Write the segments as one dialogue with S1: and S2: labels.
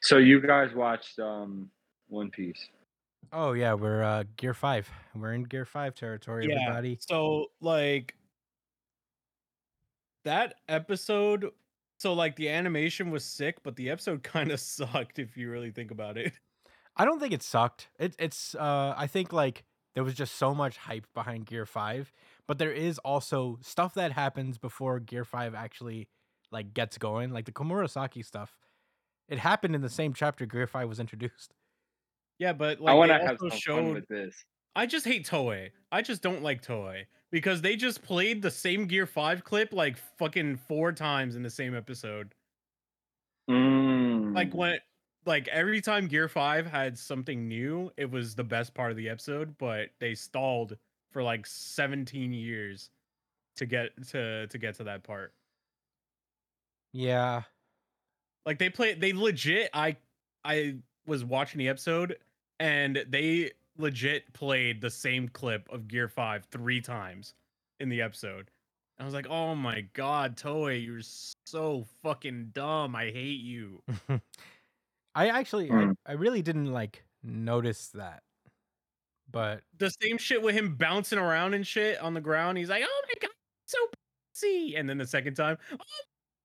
S1: So you guys watched um One Piece.
S2: Oh yeah, we're uh gear five. We're in gear five territory,
S3: Yeah.
S2: everybody.
S3: So like that episode so like the animation was sick, but the episode kind of sucked if you really think about it.
S2: I don't think it sucked. It, it's uh I think like there was just so much hype behind Gear 5, but there is also stuff that happens before Gear 5 actually like gets going, like the Komurasaki stuff. It happened in the same chapter Gear 5 was introduced.
S3: Yeah, but
S1: I
S3: like
S1: want
S3: they
S1: to have
S3: also
S1: some fun
S3: showed
S1: with this.
S3: I just hate Toei. I just don't like Toei because they just played the same Gear 5 clip like fucking 4 times in the same episode.
S1: Mm.
S3: Like when like every time Gear 5 had something new, it was the best part of the episode, but they stalled for like 17 years to get to to get to that part.
S2: Yeah.
S3: Like they play they legit I I was watching the episode and they legit played the same clip of Gear 5 3 times in the episode. I was like, "Oh my god, Toei, you're so fucking dumb. I hate you."
S2: I actually
S1: Mm.
S2: I, I really didn't like notice that. But
S3: The same shit with him bouncing around and shit on the ground. He's like, "Oh my god, so bouncy." And then the second time, "Oh,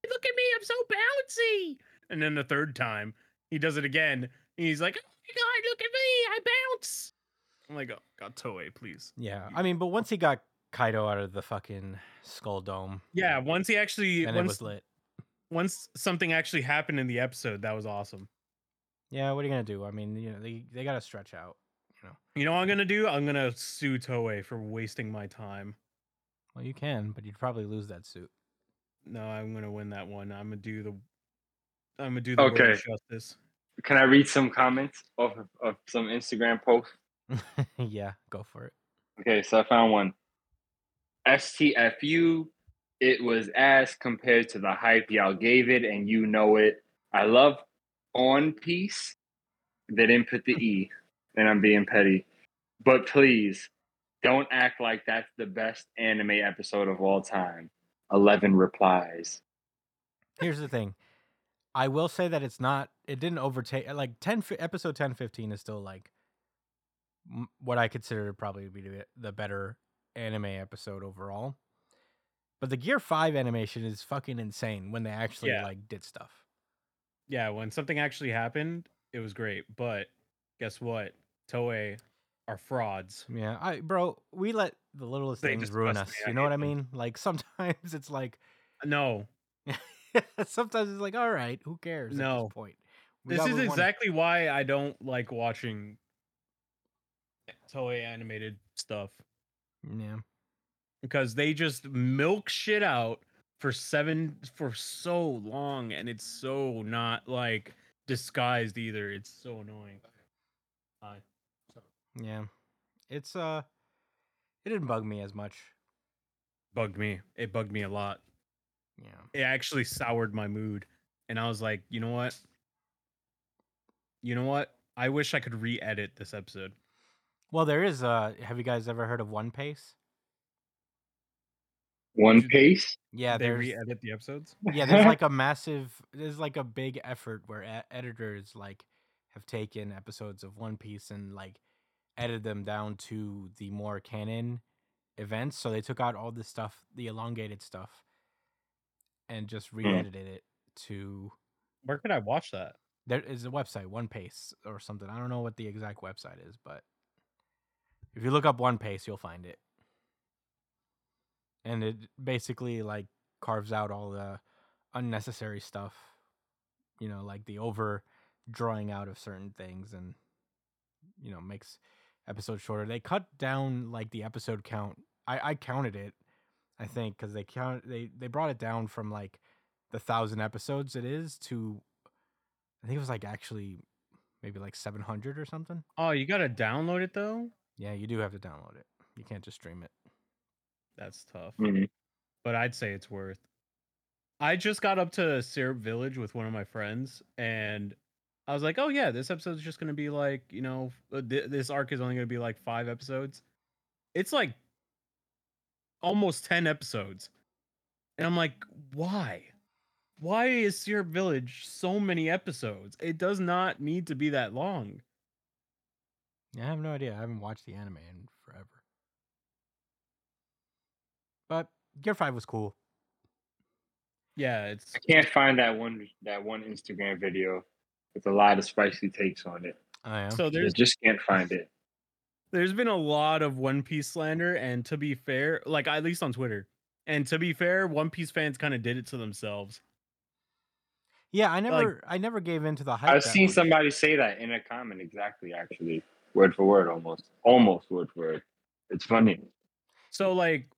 S3: look at me, I'm so bouncy." And then the third time, he does it again. And he's like, "Oh my god, look at me, I bounce." I'm like, "Oh god, Toei, please."
S2: yeah, I mean, but once he got Kaido out of the fucking skull dome,
S3: Yeah, once he actually
S2: then it
S3: once
S2: was lit.
S3: once something actually happened in the episode, that was awesome.
S2: Yeah, what are you gonna do? I mean, you know, they they gotta stretch out.
S3: You know what I'm gonna do? I'm gonna sue Toei for wasting my time.
S2: Well, you can, but you'd probably lose that suit.
S3: No, I'm gonna win that one. I'm gonna do the I'm gonna do the word
S1: Okay.
S3: justice.
S1: Can I read some comments off of, of some Instagram posts?
S2: yeah, go for it.
S1: Okay, so I found one. STFU, it was ass compared to the hype y'all gave it, and you know it. I love On Piece. They didn't put the E, and I'm being petty. But please, don't act like that's the best anime episode of all time. 11 replies.
S2: Here's the thing. I will say that it's not. It didn't overtake. Like ten fi- episode 10, 15 is still like m- what I consider to probably be the- the better anime episode overall. But the Gear Five animation is fucking insane when they actually
S3: Yeah.
S2: like did stuff.
S3: Yeah, when something actually happened, it was great. But guess what? Toei are frauds.
S2: Yeah, I bro, we let the littlest
S3: They
S2: things ruin us.
S3: disgust me, I
S2: You know what
S3: hate
S2: I
S3: them.
S2: mean? Like sometimes it's like
S3: No,
S2: sometimes it's like all right, who cares? At
S3: No.
S2: this point, We
S3: this
S2: got
S3: is
S2: what we wanted.
S3: exactly why I don't like watching Toei animated stuff.
S2: Yeah.
S3: because they just milk shit out for seven for so long and it's so not like disguised either it's so annoying Hi.
S2: Yeah. It's uh it didn't bug me as much.
S3: bugged me it bugged me a lot
S2: Yeah.
S3: it actually soured my mood and i was like you know what you know what i wish i could re-edit this episode
S2: Well, there is uh have you guys ever heard of One Piece?
S1: One
S3: Did-
S1: Piece?
S2: Yeah,
S3: they
S2: there's
S3: re-edit the episodes
S2: yeah, there's like a massive there's like a big effort where e- editors like have taken episodes of One Piece and like edited them down to the more canon events. So they took out all the stuff, the elongated stuff and just
S3: Hmm.
S2: re-edited it to
S3: where could i watch that
S2: there is a website one pace or something i don't know what the exact website is but if you look up one pace you'll find it and it basically like carves out all the unnecessary stuff you know like the over drawing out of certain things and you know makes episodes shorter they cut down like the episode count i i counted it i think because they count they they brought it down from like the thousand episodes it is to I think it was like actually maybe like 700 or something.
S3: oh you gotta download it though
S2: Yeah, you do have to download it. You can't just stream it.
S3: that's tough
S1: Mhm.
S3: but I'd say it's worth. I just got up to Syrup Village with one of my friends, and I was like, "Oh yeah, this episode's just gonna be like, you know, uh, th- this arc is only gonna be like five episodes. It's like almost ten episodes, and I'm like, why? why is Seer Village so many episodes? It does not need to be that long.
S2: Yeah, I have no idea. I haven't watched the anime in forever. But Gear Five was cool.
S3: Yeah, it's
S1: I can't find that one that one Instagram video with a lot of spicy takes on it.
S2: I am.
S3: so
S1: I
S3: there's
S1: just can't find it.
S3: there's been a lot of One Piece slander, and to be fair, like at least on Twitter, and to be fair, One Piece fans kind of did it to themselves.
S2: yeah, I never, I never gave in to the hype.
S1: I've
S2: that
S1: seen
S2: much.
S1: somebody say that in a comment exactly, actually, word for word, almost, almost word for word. It's funny.
S3: So like,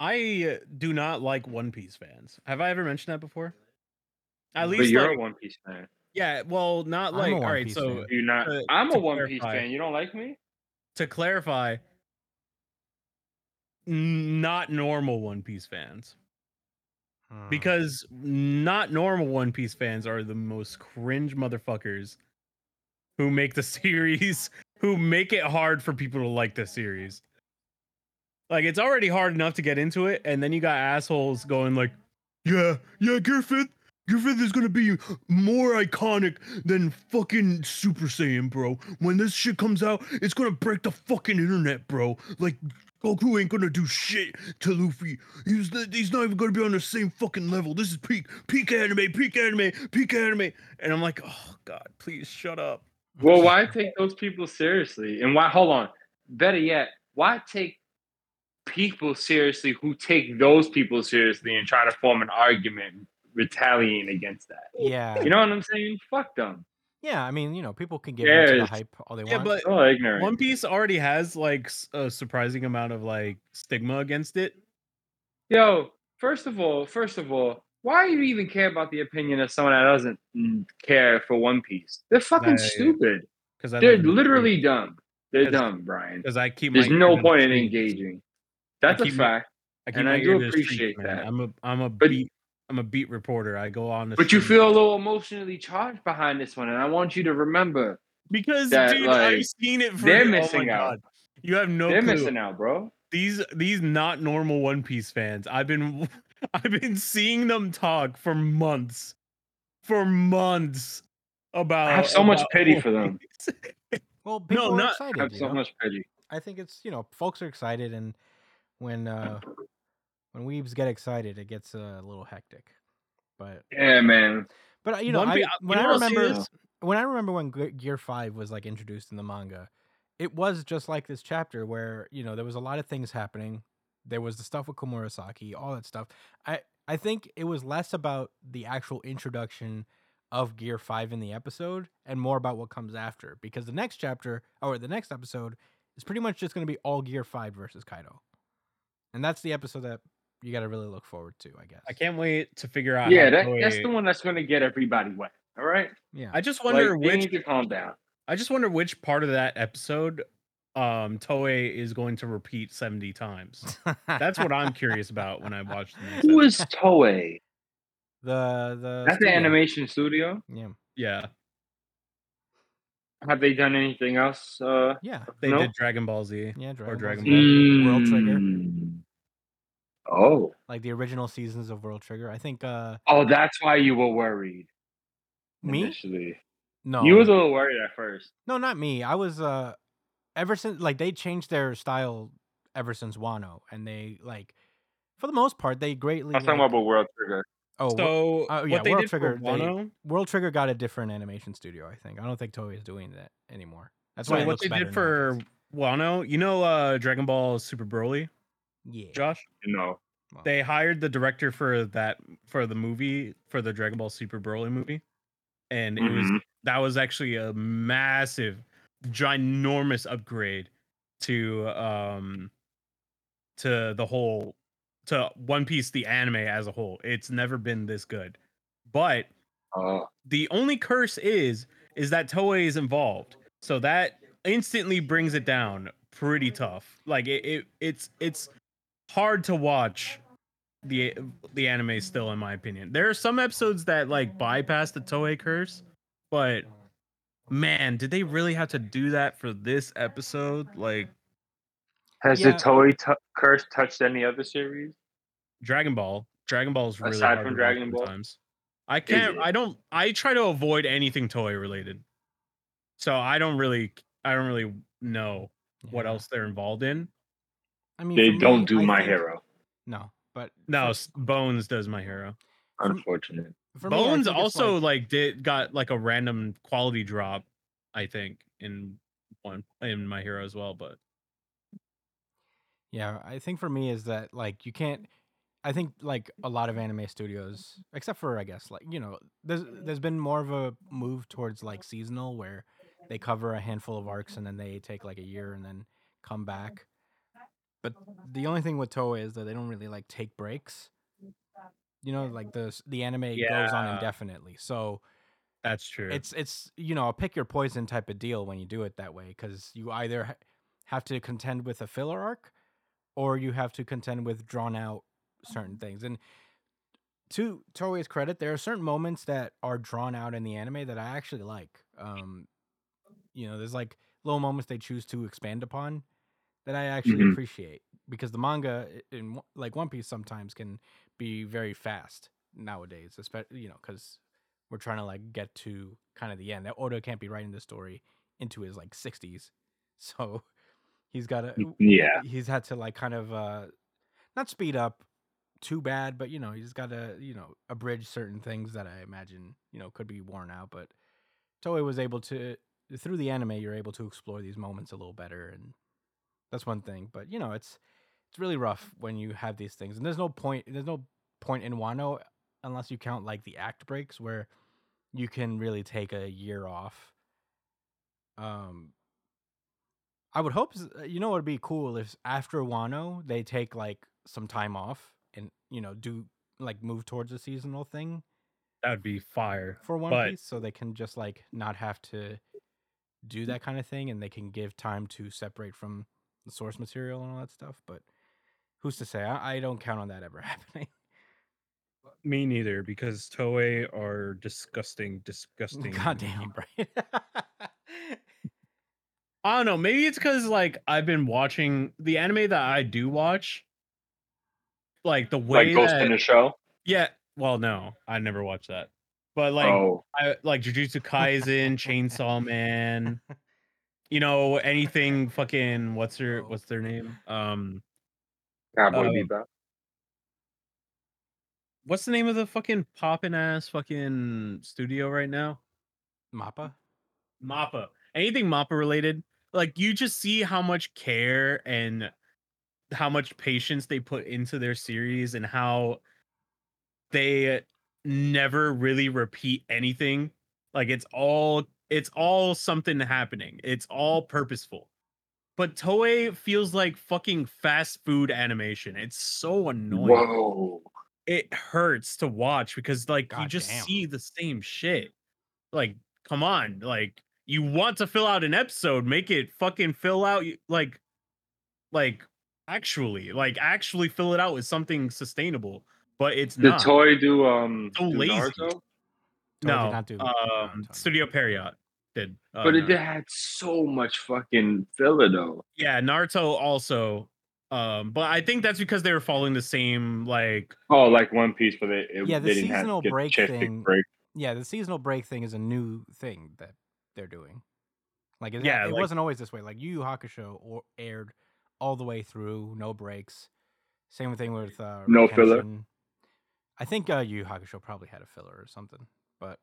S3: I do not like One Piece fans. Have I ever mentioned that before?
S1: but
S3: At least
S1: you're
S3: like,
S1: a One Piece fan.
S3: yeah. Well, not
S2: I'm a
S3: like all
S2: One
S3: right.
S2: Piece
S3: so
S2: fan.
S1: You not?
S3: To-
S1: I'm a
S3: to
S1: One Piece
S3: clarify.
S1: fan. You don't like me?
S3: to clarify, n- not normal One Piece fans.
S2: Hmm.
S3: because not normal One Piece fans are the most cringe motherfuckers who make the series, who make it hard for people to like the series. Like it's already hard enough to get into it, and then you got assholes going like, "Yeah, yeah, Griffith, Griffith is gonna be more iconic than fucking Super Saiyan, bro. When this shit comes out, it's gonna break the fucking internet, bro. Like." Goku ain't gonna do shit to Luffy. He's he's not even gonna be on the same fucking level. This is peak peak anime, peak anime, peak anime. And I'm like, oh god, please shut up.
S1: Well, why take those people seriously? And why? Hold on. Better yet, why take people seriously who take those people seriously and try to form an argument retaliating against that?
S2: yeah,
S1: You know what I'm saying? Fuck them.
S2: yeah. I mean, you know, people can give in to the
S1: Yes.
S2: hype all they
S3: Yeah,
S2: want.
S3: but
S1: Oh, ignorant.
S3: One Piece already has like s- a surprising amount of like stigma against it.
S1: Yo, first of all, first of all, why do you even care about the opinion of someone that doesn't mm, care for One Piece? They're fucking
S3: Right.
S1: stupid.
S3: Because
S1: They're literally dumb. They're
S3: That's-
S1: dumb, Brian.
S3: because I keep.
S1: There's
S3: my ear
S1: no
S3: to the
S1: point in
S3: street.
S1: engaging. That's a
S3: keep my-
S1: fact.
S3: I keep
S1: and
S3: my
S1: I
S3: ear
S1: do
S3: to the street,
S1: appreciate
S3: man.
S1: that.
S3: I'm a I'm a
S1: But-
S3: beat I'm a beat reporter. I go on. The
S1: But you
S3: street.
S1: feel a little emotionally charged behind this one, and I want you to remember
S3: because
S1: that,
S3: dude,
S1: like,
S3: I've seen it. For
S1: they're
S3: oh my
S1: missing out.
S3: God. You have no.
S1: they're
S3: clue.
S1: missing out, bro.
S3: these these not normal One Piece fans. I've been I've been seeing them talk for months, for months about.
S1: I have so much
S3: about
S1: pity
S3: One
S1: for them.
S3: Piece.
S2: well, people are
S3: not-
S1: I
S2: excited.
S1: have
S2: you
S1: so
S2: know?
S1: much pity.
S2: I think it's you know, folks are excited, and when uh when weebs get excited, it gets uh, a little hectic. But
S1: Yeah, man.
S2: but uh, you know,
S3: One
S2: I,
S3: Piece-
S2: when
S3: you
S2: I
S3: know what's
S2: remember
S3: serious?
S2: when I remember when Ge- Gear Five was like introduced in the manga, it was just like this chapter where you know there was a lot of things happening. There was the stuff with Komurasaki, all that stuff. I I think it was less about the actual introduction of Gear Five in the episode and more about what comes after because the next chapter or the next episode is pretty much just going to be all Gear Five versus Kaido, and that's the episode that you got to really look forward to, I guess.
S3: I can't wait to figure out.
S1: Yeah,
S3: how
S1: that,
S3: Toei-
S1: that's the one that's going to get everybody wet. All right.
S2: Yeah.
S3: I just
S1: Like,
S3: wonder
S1: they
S3: which
S1: need to calm down.
S3: I just wonder which part of that episode um Toei is going to repeat 70 times. That's what I'm curious about when I watch the next
S1: Who
S3: episode.
S1: is Toei?
S2: the the
S1: That's the
S2: studio.
S1: animation studio.
S2: Yeah,
S3: Yeah,
S1: Have they done anything else? Uh,
S2: yeah,
S3: they
S1: No?
S3: did Dragon Ball Z.
S2: yeah. Dragon Ball
S3: Dragon
S2: Z,
S1: mm,
S2: World Trigger,
S1: Oh,
S2: like the original seasons of World Trigger. I think uh
S1: oh, that's why you were worried.
S2: me?
S1: initially.
S2: No,
S1: you was a little worried at first.
S2: no, not me. I was uh ever since like they changed their style ever since Wano, and they like for the most part they greatly.
S1: I'm talking
S2: like-
S1: about World Trigger.
S2: oh, Wor-
S3: So
S2: uh, yeah,
S3: what they
S2: World
S3: did for
S2: Trigger, they-
S3: Wano,
S2: World Trigger got a different animation studio. I think I don't think Toei is doing that anymore. That's
S3: So
S2: why it
S3: what
S2: looks
S3: they
S2: better
S3: did
S2: now,
S3: for
S2: 'cause-
S3: Wano, you know, uh, Dragon Ball Super Broly,
S2: yeah,
S3: Josh.
S1: You know,
S2: well,
S3: They hired the director for that for the movie for the Dragon Ball Super Broly movie, and it was
S2: Mm-hmm.
S1: Mhm.
S3: that was actually a massive, ginormous upgrade to um to the whole to One Piece the anime as a whole. It's never been this good, but
S1: Oh,
S3: the only curse is is that Toei is involved. So that instantly brings it down pretty tough. Like it, it it's it's hard to watch the the anime still in my opinion. There are some episodes that like bypass the Toei curse, but man, did they really have to do that for this episode? Like
S1: has
S2: Yeah.
S1: the Toei t- curse touched any other series?
S3: Dragon Ball Dragon Ball is really
S1: Aside
S3: hard
S1: from
S3: to watch
S1: Dragon Ball?
S3: sometimes. I can't.
S1: it?
S3: I don't. I try to avoid anything toy related, so I don't really. I don't really know what
S2: Yeah.
S3: else they're involved in.
S2: I mean,
S1: They
S2: for
S1: don't
S2: me,
S1: do
S2: I
S1: my
S2: think-
S1: hero,
S2: No, but
S3: No, S- Bones does my hero.
S1: unfortunate.
S2: for me, I
S3: Bones
S2: think it's
S3: also
S2: like-
S3: like, did got like a random quality drop, I think, in one in my hero as well. But
S2: yeah, I think for me is that like you can't. I think like a lot of anime studios, except for I guess like you know, there's there's been more of a move towards like seasonal where they cover a handful of arcs and then they take like a year and then come back. But the only thing with Toei is that they don't really like take breaks. You know, like the s- the anime goes on
S3: Yeah.
S2: indefinitely. So
S3: that's true.
S2: it's it's you know a pick your poison type of deal when you do it that way because you either ha- have to contend with a filler arc or you have to contend with drawn out certain things and to toei's credit there are certain moments that are drawn out in the anime that i actually like um you know there's like little moments they choose to expand upon that i actually
S1: Mhm.
S2: appreciate because the manga i- in one- like one piece sometimes can be very fast nowadays especially you know because we're trying to like get to kind of the end. Oda can't be writing this story into his like 60s, so he's got to
S1: Yeah,
S2: he's had to like kind of uh not speed up too bad, but you know he's got to you know abridge certain things that I imagine you know could be worn out. But Toei was able to through the anime you're able to explore these moments a little better, and that's one thing. But you know it's it's really rough when you have these things, and there's no point there's no point in Wano unless you count like the act breaks where you can really take a year off. Um, I would hope s- uh, you know it would be cool if after Wano they take like some time off and you know do like move towards a seasonal thing
S3: that would be fire.
S2: for One
S3: But-
S2: Piece, so they can just like not have to
S3: Mm.
S2: do that kind of thing, and they can give time to separate from the source material and all that stuff. But who's to say? I, I don't count on that ever happening.
S3: Me neither, because Toei are disgusting, disgusting.
S2: Goddamn, right?
S3: I don't know. Maybe it's because like I've been watching the anime that I do watch, like the way
S1: like Ghost
S3: that
S1: in the Shell.
S3: yeah. Well, no, I never watched that, but like
S1: oh,
S3: I like Jujutsu Kaisen, Chainsaw Man, you know anything fucking what's her what's their name? Um,
S1: Cowboy
S2: Oh,
S3: uh,
S1: Bebop.
S3: what's the name of the fucking poppin' ass fucking studio right now?
S2: Mappa.
S3: Mappa. Anything Mappa related, like you just see how much care and how much patience they put into their series and how they never really repeat anything. Like it's all it's all something happening. It's all purposeful. But Toei feels like fucking fast food animation. It's so annoying.
S1: Whoa.
S3: It hurts to watch because like you just
S2: Goddamn.
S3: see the same shit. Like come on, like you want to fill out an episode, make it fucking fill out y- like like actually, like actually fill it out with something sustainable, but it's
S1: The
S3: not.
S1: toy do um
S3: So
S1: do
S3: lazy.
S1: Naruto,
S2: Toei Oh, did
S3: no,
S2: not do that. No, I'm
S3: um,
S2: talking-
S3: Studio Period did. Uh,
S1: but
S3: Naruto.
S1: it had so much fucking filler though.
S3: Yeah, Naruto also. Um, but I think that's because they were following the same like
S1: Oh, like One Piece, but it, it
S2: Yeah, the
S1: they didn't have
S2: seasonal
S1: to get
S2: break
S1: chance to
S2: thing-
S1: break.
S2: Yeah, the seasonal break thing is a new thing that they're doing. Like, it,
S3: Yeah,
S2: it
S3: like-
S2: wasn't always this way. Like, Yu Yu Hakusho or, aired all the way through, no breaks. Same thing with uh,
S1: No filler.
S2: Retention. I think uh, Yu Yu Hakusho probably had a filler or something, but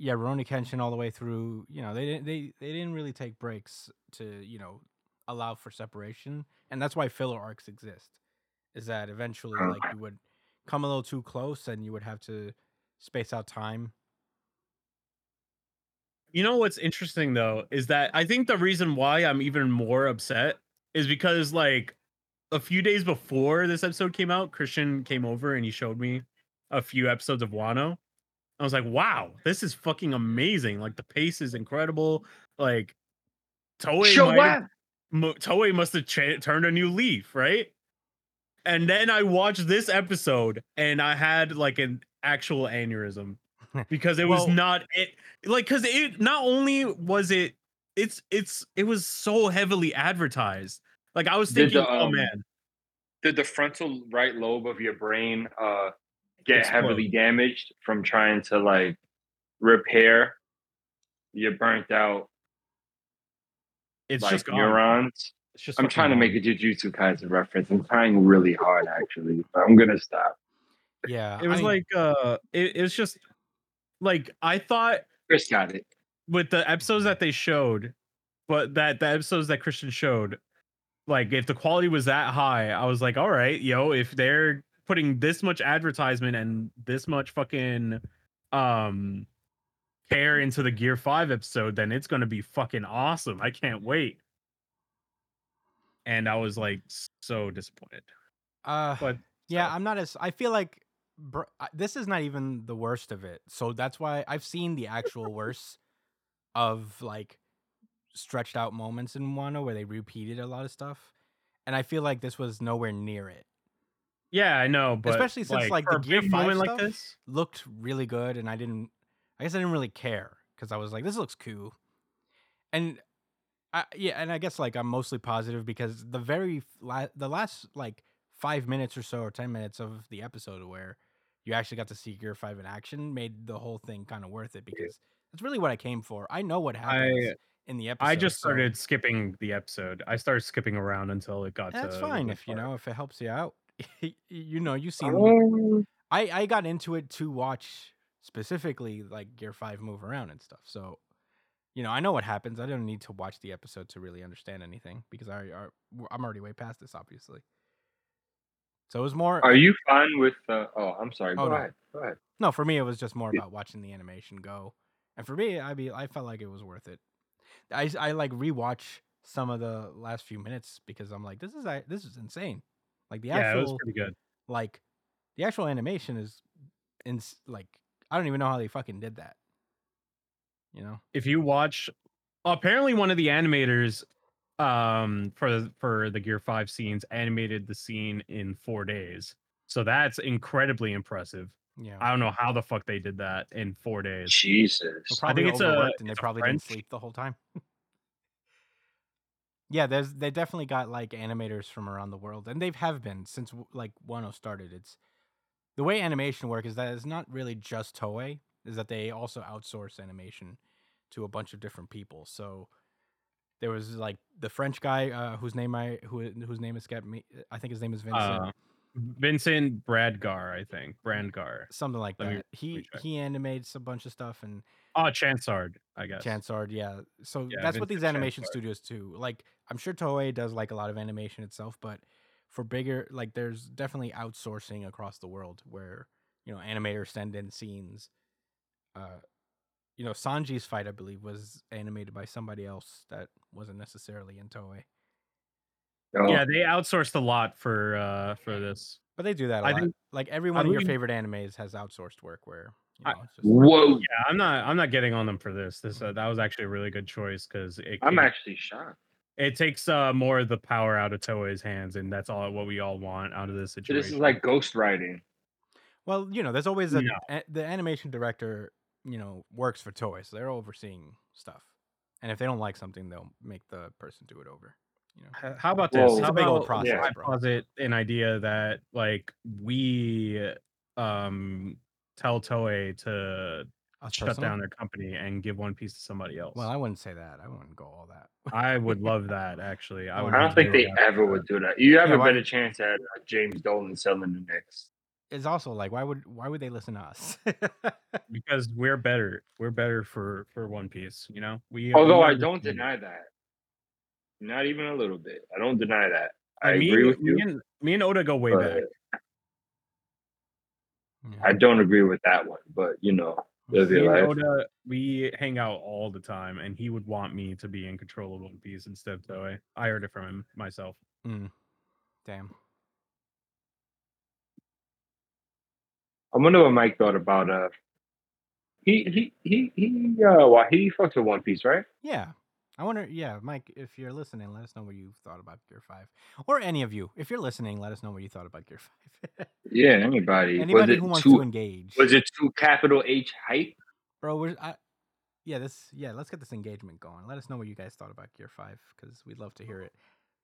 S2: yeah, Roni Kenshin all the way through. You know, they didn't they they didn't really take breaks to you know allow for separation, and that's why filler arcs exist. Is that eventually
S1: Oh.
S2: like you would come a little too close, and you would have to space out time.
S3: You know what's interesting though is that I think the reason why I'm even more upset is because like a few days before this episode came out, Christian came over and he showed me a few episodes of Wano. I was like, "Wow, this is fucking amazing! Like the pace is incredible. Like Toei
S1: Show
S3: might-
S1: up.
S3: Mo- Toei must have cha- turned a new leaf, right? And then I watched this episode and I had like an actual aneurysm because it was
S2: Well-
S3: not it like cuz it not only was it it's it's it was so heavily advertised. Like I was
S1: Did
S3: thinking,
S1: the,
S3: oh
S1: um,
S3: man,
S1: did the frontal right lobe of your brain uh, get
S3: Explode.
S1: heavily damaged from trying to like repair your burnt out
S3: It's
S1: like
S3: just gone.
S1: neurons?
S3: It's just
S1: I'm
S3: fucking
S1: trying to
S3: gone.
S1: make a Jujutsu Kaisen reference. I'm trying really hard actually, but I'm gonna stop.
S2: Yeah.
S3: It
S2: I
S3: was
S2: mean,
S3: like uh, it, it was just like I thought
S1: Chris got it.
S3: with the episodes that they showed, but that the episodes that Christian showed, like if the quality was that high, I was like, all right, yo, if they're putting this much advertisement and this much fucking um care into the Gear Five episode, then it's gonna be fucking awesome. I can't wait. And I was like so disappointed.
S2: uh,
S3: But
S2: Yeah,
S3: So-
S2: I'm not as. I feel like br- I- this is not even the worst of it. So that's why I've seen the actual worst of like stretched out moments in Wano where they repeated a lot of stuff, and I feel like this was nowhere near it.
S3: yeah, I know, but
S2: Especially since, like, the
S3: for a
S2: Gear
S3: big
S2: 5
S3: moment like
S2: stuff-
S3: this.
S2: Looked really good, and I didn't. I guess I didn't really care because I was like, "This looks cool," and I yeah, and I guess like I'm mostly positive because the very f- la- the last like five minutes or so or ten minutes of the episode where you actually got to see Gear Five in action made the whole thing kind of worth it because that's really what I came for. I know what happens in the episode.
S3: I just
S2: so-
S3: started skipping the episode. I started skipping around until it got.
S2: and that's
S3: to
S2: fine
S3: the
S2: if you
S3: part.
S2: know if it helps you out. you know, you seen
S1: Um,
S2: I I got into it to watch specifically like Gear Five move around and stuff. So, you know, I know what happens. I don't need to watch the episode to really understand anything because I, I I'm already way past this, obviously. So it was more
S1: Are you fine with? Uh, oh, I'm sorry.
S2: Oh,
S1: go
S2: no.
S1: ahead. Go ahead.
S2: no for me. It was just more
S1: Yeah.
S2: about watching the animation go, and for me, I be I felt like it was worth it. I s- I like rewatch some of the last few minutes because I'm like this is I this is insane. Like the
S3: Yeah,
S2: actual
S3: it was pretty good.
S2: like the actual animation is in like I don't even know how they fucking did that. You know?
S3: If you watch, apparently one of the animators, um, for for the Gear Five scenes, animated the scene in four days. So that's incredibly impressive.
S2: Yeah.
S3: I don't know how the fuck they did that in four days.
S2: Well,
S1: Jesus.
S2: probably
S3: think it's a-
S2: overworked and they
S3: it's a
S2: probably
S3: French-
S2: didn't sleep the whole time. yeah, there's they definitely got like animators from around the world and they have been since w- like Wano started. It's the way animation work is that it's not really just Toei, is that they also outsource animation to a bunch of different people. So there was like the French guy uh, whose name I who whose name escaped me. I think his name is Vincent.
S3: Uh, Vincent Bradgar, I think Brandgar.
S2: something like
S3: Let me-
S2: that. He
S3: check.
S2: he animates a bunch of stuff and
S3: Oh, Chansard, I guess.
S2: Chansard, yeah. So
S3: Yeah,
S2: that's what these
S3: Vincent
S2: animation
S3: Chansard.
S2: studios do. Like I'm sure Toei does like a lot of animation itself, but for bigger like there's definitely outsourcing across the world where you know animators send in scenes. Uh, you know Sanji's fight, I believe, was animated by somebody else that wasn't necessarily in Toei,
S1: Oh,
S3: Yeah, they outsourced a lot for uh for this.
S2: but they do that. a
S3: I
S2: lot.
S3: think-
S2: like every
S3: I
S2: one of your
S3: believe-
S2: favorite animes has outsourced work where you know,
S3: I-
S2: it's just,
S1: Whoa.
S3: Yeah, I'm not. I'm not getting on them for this. This uh, that was actually a really good choice because it
S1: Mm-hmm. I'm
S3: came-
S1: actually shocked.
S3: it takes uh, more of the power out of Toei's hands, and that's all what we all want out of this
S1: So
S3: situation.
S1: this is like ghostwriting.
S2: Well, you know, there's always a,
S3: No.
S2: a- the animation director, you know, works for Toei, so they're overseeing stuff. And if they don't like something, they'll make the person do it over. You know,
S3: H- how about
S1: Whoa.
S3: this?
S1: It's a
S3: How
S2: big
S3: about
S2: old
S1: process,
S3: I
S2: bro.
S3: posit an idea that like we um tell Toei to
S2: Us
S3: shut
S2: personal?
S3: down their company and give One Piece to somebody else.
S2: Well, I wouldn't say that. I wouldn't go all that.
S3: I would love that actually. I,
S2: Oh,
S3: would
S1: I
S2: no.
S3: love
S1: don't
S3: to
S1: think
S3: do
S1: they
S3: that.
S1: ever would do that. You have
S2: Yeah,
S1: a
S2: why-
S1: better chance at uh, James Dolan selling the Knicks.
S2: It's also like, why would why would they listen to us?
S3: because we're better. We're better for for One Piece. You know, we.
S1: Although I
S3: we
S1: don't
S3: understand.
S1: deny that. Not even a little bit. I don't deny that. I,
S3: Like, me,
S1: agree with
S3: me
S1: you.
S3: And, me and Oda go way
S1: but
S3: back.
S2: Yeah.
S1: I don't agree with that one. But you know, live
S3: Me
S1: your
S3: and
S1: life.
S3: Oda, we hang out all the time, and he would want me to be in control of One Piece instead of Toei. I heard it from him myself.
S2: Mm. Damn.
S1: I wonder what Mike thought about uh. He he he he. Uh, why he fucks with One Piece, right?
S2: Yeah. I wonder, yeah, Mike, if you're listening, let us know what you thought about Gear 5. Or any of you, if you're listening, let us know what you thought about Gear 5.
S1: Yeah, anybody.
S2: Anybody
S1: was it
S2: who wants
S1: too,
S2: to engage.
S1: was it too capital H hype?
S2: bro we're I, yeah this yeah let's get this engagement going let us know what you guys thought about gear 5 because we'd love to hear it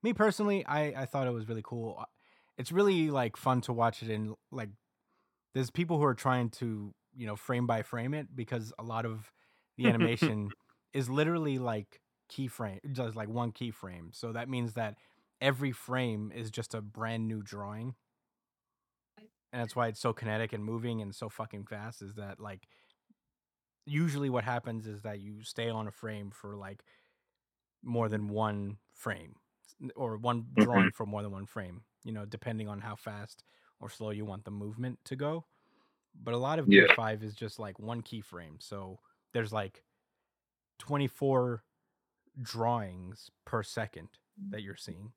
S2: me personally i i thought it was really cool Uh, it's really like fun to watch it in like there's people who are trying to you know frame by frame it because a lot of the animation is literally like keyframe just like one keyframe so that means that every frame is just a brand new drawing and that's why it's so kinetic and moving and so fucking fast is that like usually what happens is that you stay on a frame for like more than one frame or one drawing for more than one frame you know depending on how fast or slow you want the movement to go but a lot of gear
S1: Yeah.
S2: 5 is just like one keyframe so there's like 24 drawings per second that you're seeing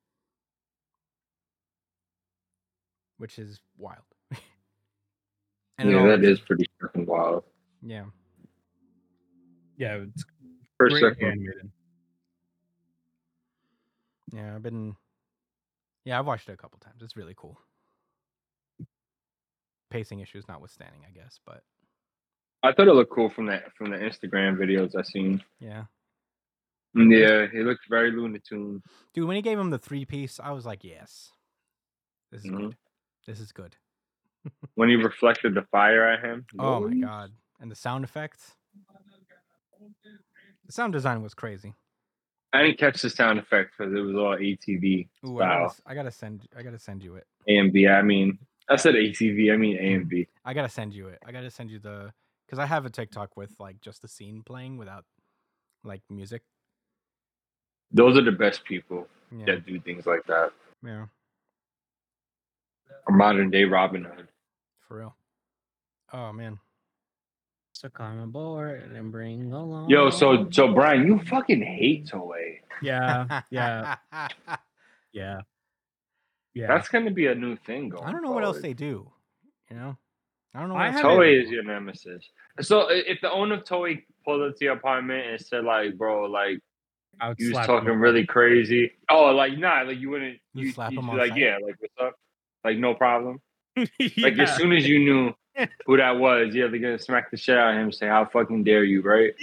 S2: which is wild and it
S1: yeah,
S2: all-
S1: that is pretty fucking wild.
S2: yeah
S3: Yeah, it's
S1: For a
S3: great
S1: second,
S3: animated.
S2: Yeah, I've been. Yeah, I've watched it a couple times. It's really cool. Pacing issues notwithstanding, I guess, but
S1: I thought it looked cool from the from the Instagram videos I seen.
S2: yeah.
S1: Yeah, he looked very Looney Tune.
S2: Dude, when he gave him the three piece, I was like, yes, this is
S1: Mhm.
S2: good. This is good.
S1: When he reflected the fire at him.
S2: Oh my god! And the sound effects. The sound design was crazy.
S1: I didn't catch the sound effect because it was all E ATV
S2: Ooh, I, gotta,
S1: style.
S2: s- I gotta send. I gotta send you it.
S1: AMV. I mean, I said ATV. I mean AMV.
S2: I gotta send you it. I gotta send you the because I
S1: Mm-hmm.
S2: have a TikTok with like just the scene playing without like music.
S1: Those are the best people
S2: Yeah.
S1: that do things like that.
S2: Yeah.
S1: A modern day Robin Hood.
S2: For real. Oh man.
S3: So come aboard and bring along.
S2: Oh.
S1: Yo, so so Brian, you fucking hate Toei.
S3: yeah, yeah, yeah, yeah.
S1: That's gonna be a new thing going.
S2: I don't know what else
S1: forward.
S2: they do. You know, I don't know.
S3: I
S2: What else
S3: haven't-
S2: they
S1: Toei
S2: do.
S1: is your nemesis. So i- if the owner of Toei pulled up to your apartment and said, like, bro, like
S3: I would
S1: you was
S3: slap him.
S1: talking really crazy. Oh, like nah, like you wouldn't
S2: You
S1: you,
S2: slap
S1: you'd
S2: him
S1: be
S2: on
S1: like,
S2: sight?
S1: yeah, like what's up? Like no problem. Like as
S3: Yeah.
S1: soon as you knew who that was, yeah, they're gonna smack the shit out of him and say, How fucking dare you, right?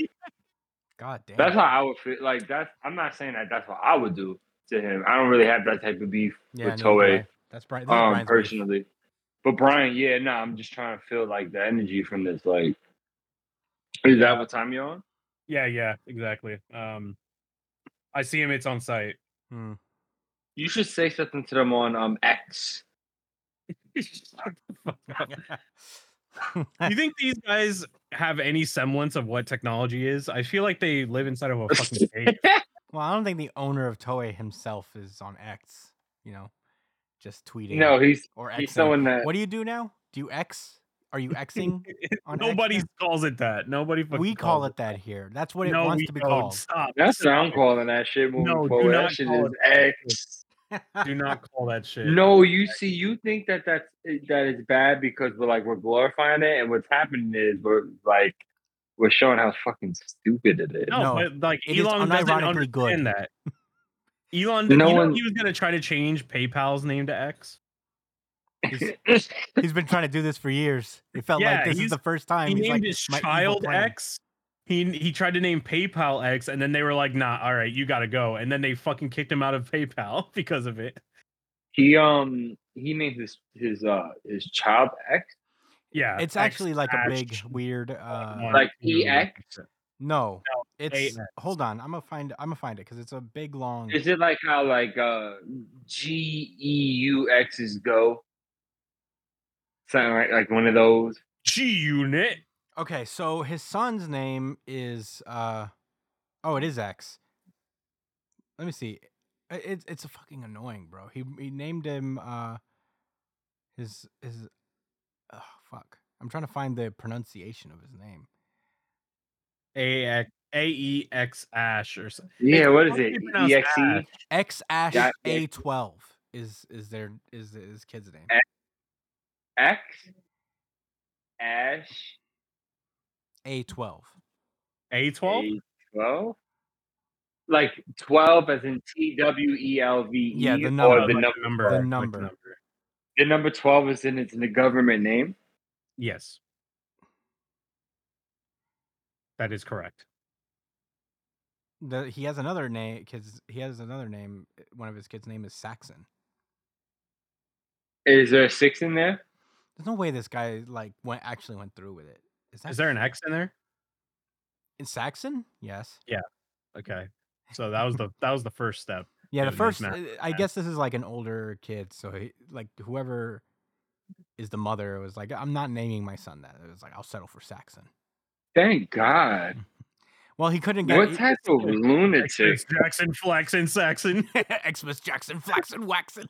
S2: God damn.
S1: That's how I would feel like that's I'm not saying that that's what I would do to him. I don't really have that type of beef
S2: yeah,
S1: with
S2: neither do
S1: Toei.
S2: I. That's Brian. This is
S1: um
S2: Brian's beef.
S1: personally. But Brian, yeah, no, I'm just trying to feel like the energy from this. Like, is that what time you're on?
S3: yeah, yeah, exactly. Um, I see him. It's on site.
S2: Hmm.
S1: You should say something to them on um X.
S3: Shut the fuck up.
S2: Hmm.
S3: you think these guys have any semblance of what technology is? I feel like they live inside of a fucking cave.
S2: well, I don't think the owner of Toei himself is on X. You know, just tweeting.
S1: no, he's
S2: or Xing.
S1: he's someone that
S2: What do you do now? Do you X? Are you Xing? on X
S3: Nobody
S2: now?
S3: calls it that. Nobody fucking
S2: We call
S3: calls
S2: it that here. That's what it
S3: no,
S2: wants
S3: we
S2: to be
S3: don't.
S2: called.
S3: Stop.
S1: that's what
S3: Stop
S1: I'm calling that shit moving
S3: No, do
S1: forward.
S3: not
S1: That shit
S3: call
S1: is X.
S3: Do not call that shit.
S1: No, you see, you think that that's eh, that is bad because we're like we're glorifying it, and what's happening is we're like we're showing how fucking stupid it is.
S3: no,
S2: No,
S3: but like
S2: it is
S3: Elon doesn't
S2: unironically good.
S3: understand that. Elon,
S1: No
S3: you know
S1: one-
S3: he was gonna try to change PayPal's name to X.
S2: He's- he's been trying to do this for years. It felt
S3: Yeah,
S2: like this
S3: he's-
S2: is the first time.
S3: he
S2: he's
S3: named
S2: like,
S3: his
S2: "My evil
S3: child
S2: plan."
S3: X. He he tried to name PayPal X, and then they were like, "Nah, all right, you gotta go." And then they fucking kicked him out of PayPal because of it.
S1: He um he named his his uh his child X
S3: Yeah,
S2: It's
S3: X
S2: actually like a big
S3: dash
S2: weird. Uh,
S3: one
S1: like E
S3: two.
S1: EX?
S2: no,
S3: No,
S2: it's
S3: AX.
S2: hold on. I'm gonna find. I'm gonna find it because it's a big long.
S3: Mm.
S1: Is it like how like uh G E U X's go? Something like like one of those.
S3: G Unit.
S2: Okay, so his son's name is. uh Oh, it is X. Let me see. I- It's it's fucking annoying, bro. He he named him. uh His his. Oh fuck! I'm trying to find the pronunciation of his name.
S3: A X A E X Ash or something.
S1: Yeah, what is
S3: supposed to
S1: it?
S3: be pronounced
S1: E X E.
S3: Ash.
S2: X Ash
S1: Yeah, yeah.
S2: A twelve is is their is his kid's name.
S1: X Ash
S2: A twelve.
S3: A twelve.
S1: A twelve? Like twelve as in T W E L V E
S2: Yeah, the
S1: or
S2: number.
S1: the
S2: Like
S1: number
S3: number.
S2: The
S3: like
S2: number.
S1: the number twelve is in it's in the government name.
S3: Yes. That is correct.
S2: The, he has another name because he has another name. One of his kids' name is Saxon.
S1: Is there a six in there?
S2: There's no way this guy like went actually went through with it. Is that
S3: Is there an X in there?
S2: in Saxon? Yes.
S3: Okay. So that was the that was the first step.
S2: Yeah,
S3: Yeah,
S2: the
S3: it makes
S2: first.
S3: math
S2: uh, I
S3: sense.
S2: guess this is like an older kid, so he, like whoever is the mother was like, "I'm not naming my son that." It was like, "I'll settle for Saxon."
S1: Thank God.
S2: Well, he couldn't get
S1: What
S2: he-
S1: type of lunatic?
S3: It's Jackson Flaxen Saxon.
S2: Xmas Jackson Flaxen Waxen.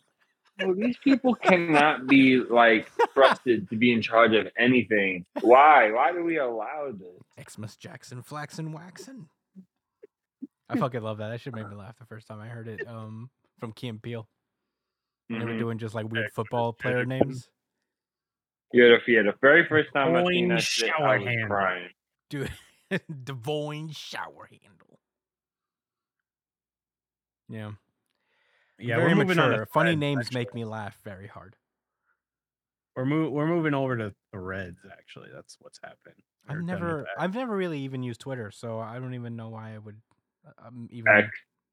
S1: Well, these people cannot be like trusted to be in charge of anything. Why? Why do we allow this?
S2: Xmas Jackson Flaxen Waxen. I fucking love that. That should make me laugh the first time I heard it. Um, from Key and Peele. When They were
S1: Mhm.
S2: doing just like weird
S3: Xmas
S2: football player
S3: Jackson.
S2: names.
S1: Yeah, the, yeah, the very first time I seen
S3: Boing
S1: that shit, I was
S3: Showerhand.
S1: crying.
S2: Dude, Devoin shower handle. Yeah.
S3: Yeah,
S2: very
S3: we're moving on.
S2: mature.
S3: to
S2: Funny
S3: threads,
S2: names
S3: actually.
S2: make me laugh very hard.
S3: We're mo- we're moving over to threads. Actually, that's what's happening. We're
S2: I've
S3: done with
S2: never,
S3: that.
S2: I've never really even used Twitter, so I don't even know why I would uh, um, even
S1: X.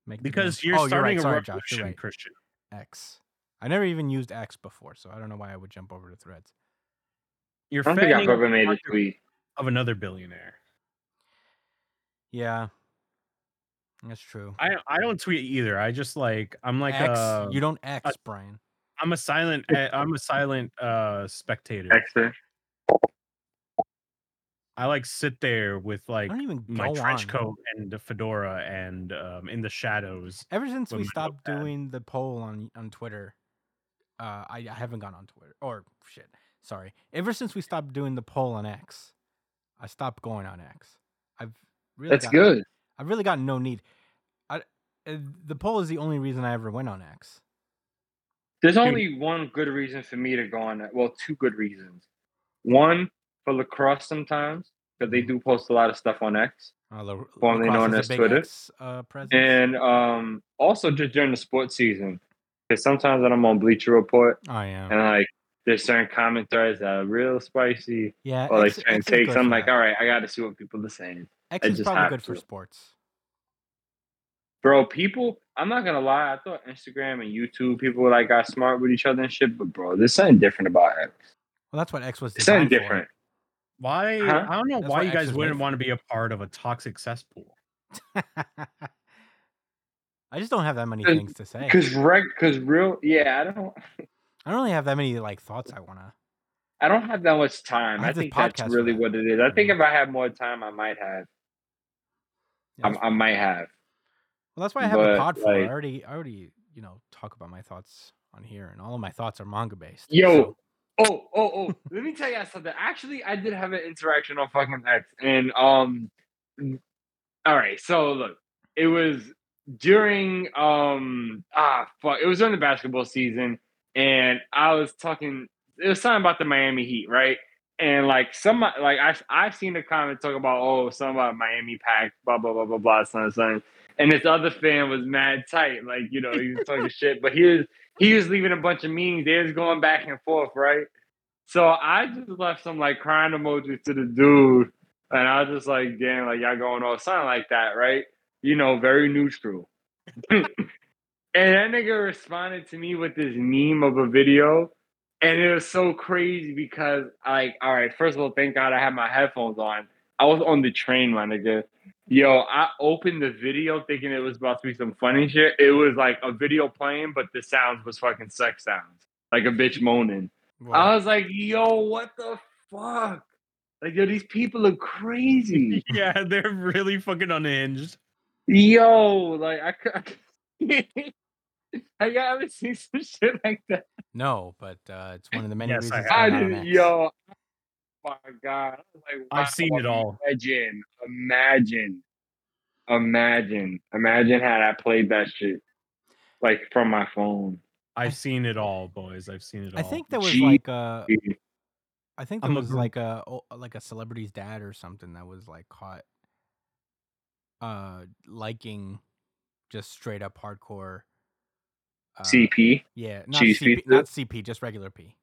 S2: make the
S3: because
S2: jump.
S3: you're
S2: Oh,
S3: starting
S2: right. Sorry,
S3: a
S2: Josh,
S3: revolution,
S2: you're right.
S3: Christian.
S2: X. I never even used X before, so I don't know why I would jump over to Threads.
S3: You're
S1: I don't think I've
S3: fanning
S1: ever made a
S3: onto-
S1: tweet.
S3: of another billionaire.
S2: Yeah, that's true.
S3: I I don't tweet either. I just like I'm like
S2: X,
S3: uh,
S2: you don't X, Brian.
S3: I'm a silent I- I'm a silent uh spectator.
S1: Extra.
S3: I like sit there with
S2: I
S3: like
S2: don't even go
S3: my trench
S2: on.
S3: coat and a fedora and um in the shadows.
S2: Ever since we
S3: when my
S2: stopped
S3: notepad-
S2: doing the poll on on Twitter, uh, I, I haven't gone on Twitter. Or shit, sorry. Ever since we stopped doing the poll on X, I stopped going on X. I've really
S1: That's
S2: got-
S1: good.
S2: I've really gotten no need. I, uh, the poll is the only reason I ever went on X.
S1: There's only one good reason for me to go on that. Well, two good reasons. One for lacrosse sometimes because they do post a lot of stuff on X,
S2: Uh, La-
S1: Formerly
S2: lacrosse
S1: known
S2: is a
S1: as
S2: big
S1: Twitter.
S2: X, uh, presence.
S1: and um, also just during the sports season. Because sometimes when I'm on Bleacher Report
S2: I am.
S1: and like there's certain comment threads that are real spicy
S2: Yeah,
S1: or like
S2: X-
S1: certain
S2: X is good
S1: takes. I'm
S2: for
S1: like,
S2: that.
S1: all right, I got to see what people are saying.
S2: X
S1: I
S2: is
S1: just
S2: probably
S1: have
S2: good for
S1: to.
S2: sports.
S1: Bro, people, I'm not gonna lie. I thought Instagram and YouTube people like got smart with each other and shit, but bro, there's something different about X.
S2: Well, that's what X was
S1: There's something
S2: designed for.
S1: different.
S3: Why
S1: Huh?
S3: I don't know
S2: That's
S3: why
S2: what
S3: you
S2: X
S3: guys
S2: is made
S3: wouldn't
S2: for.
S3: want to be a part of a toxic cesspool.
S2: I just don't have that many
S1: Cause-
S2: things to say.
S1: Cause reg, cause real, yeah. I don't,
S2: I don't really have that many like thoughts I wanna.
S1: I don't have that much time.
S2: I
S1: I,
S2: have this
S1: think that's
S2: podcast for
S1: really
S2: that.
S1: what it is. I think
S2: Mhm.
S1: if I had more time, I might have.
S2: Yeah,
S1: I,
S2: that's-
S1: I might have.
S2: well, that's why I have a
S1: but,
S2: pod for. it. I
S1: like-
S2: already, I already, you know, talk about my thoughts on here, and all of my thoughts are manga based.
S1: Yo.
S2: so-
S1: Oh, oh, oh. let me tell you something. Actually, I did have an interaction on fucking X, and um, all right. So look, it was during um ah fuck, it was during the basketball season, and I was talking. It was something about the Miami Heat, right? And like some like I I've seen a comment talk about oh something about Miami Pack blah blah blah blah blah something something. And this other fan was mad tight, like you know he was talking shit, but he was he was leaving a bunch of memes. They was going back and forth, right? So I just left some like crying emojis to the dude, and I was just like, damn, like y'all going off something like that, right? You know, very neutral. and that nigga responded to me with this meme of a video, and it was so crazy because, like, all right, first of all, thank God I had my headphones on. I was on the train, my nigga. Yo, I opened the video thinking it was about to be some funny shit. It was like a video playing, but the sounds was fucking sex sounds, like a bitch moaning. I
S2: Well,
S1: was like, yo, what the fuck? Like, yo, these people are crazy.
S3: yeah, they're really fucking unhinged.
S1: yo, like, I could. I ever seen some shit like that.
S2: no, but uh, it's one of the many
S3: Yes, I
S2: reasons.
S3: have.
S1: I
S2: I'm not on
S1: didn't,
S2: X.
S1: yo. Oh my god! I was like,
S3: I've seen it all.
S1: Imagine, imagine, imagine, imagine had I played that shit, like from my phone.
S3: I've seen it all, boys. I've seen it all.
S2: I think there was
S1: Gee.
S2: like a, I think there
S3: I'm a
S2: was
S3: group.
S2: like a o- like a celebrity's dad or something that was like caught, uh, liking, just straight up hardcore. Uh,
S1: CP.
S2: Yeah, not
S1: cheese
S2: CP,
S1: pizza?
S2: not CP, just regular P.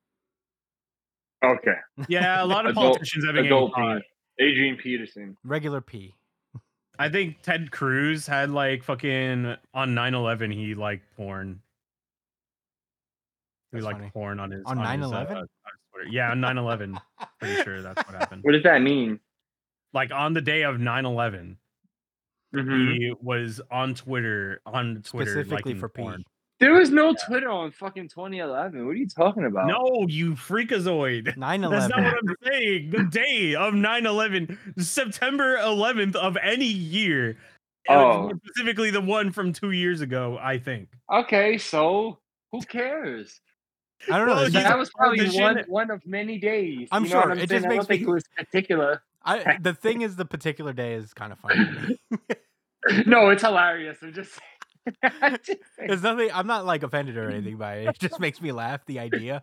S1: Okay.
S3: yeah, a lot of
S1: Adult-
S3: politicians have been getting
S1: Adult
S3: caught.
S1: P. Adrian Peterson.
S2: Regular P.
S3: I think Ted Cruz had like fucking on 9/11 he liked porn. We
S2: That's
S3: like
S2: funny.
S3: porn on his
S2: On
S3: his,
S2: 9/11?
S3: Twitter. Yeah, on 9/11. Pretty sure that's what happened.
S1: What does that mean?
S3: Like on the day of 9/11,
S2: Mm-hmm.
S1: Mhm.
S3: he was on Twitter on Twitter
S2: specifically
S3: liking
S2: for P.
S3: porn.
S1: There was no Twitter on fucking 2011. What are you talking about?
S3: No, you freakazoid.
S2: 9/11.
S3: That's not what I'm saying. The day of 9 11, September 11th of any year. and
S1: Oh.
S3: Specifically the one from two years ago, I think.
S1: Okay, so who cares?
S2: I don't know.
S3: Well,
S2: it's
S3: he's
S2: Oh, just-
S1: That was probably
S3: politician.
S1: one one of many days.
S2: I'm
S1: you know what
S2: sure.
S1: I'm
S2: It just
S1: saying? I
S2: makes
S1: don't think
S2: me-
S1: it was particular.
S2: I, the thing is, the particular day is kind of funny.
S1: No, it's hilarious. I'm just. I'm just saying.
S2: There's nothing. I'm not like offended or anything by it. It just makes me laugh. The idea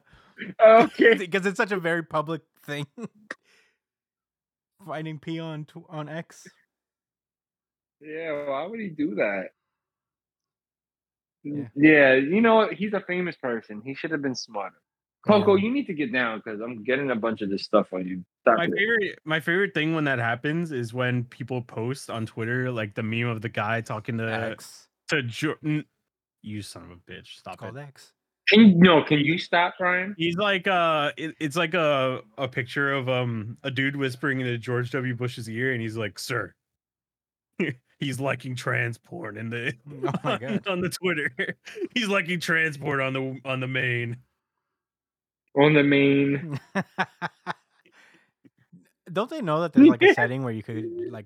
S1: okay.
S2: because it's such a very public thing. Finding P on tw- on X.
S1: Yeah, why would he do that?
S2: Yeah.
S1: Yeah. you know what? He's a famous person. He should have been smarter. Coco, you need to get down because I'm getting a bunch of this stuff on you. Stop
S3: My
S1: it.
S3: favorite, my favorite thing when that happens is when people post on Twitter like the meme of the guy talking to
S2: X.
S3: to Jordan. You son of a bitch!
S2: It's
S3: Stop it.
S2: called X.
S1: Can you, no, can you stop, Ryan?
S3: He's like uh it- it's like a a picture of um a dude whispering into George W. Bush's ear and he's like, Sir. he's liking trans porn in the
S2: Oh my God.
S3: on the Twitter. he's liking trans porn on the on the main.
S1: On the main.
S2: Don't they know that there's like a setting where you could like?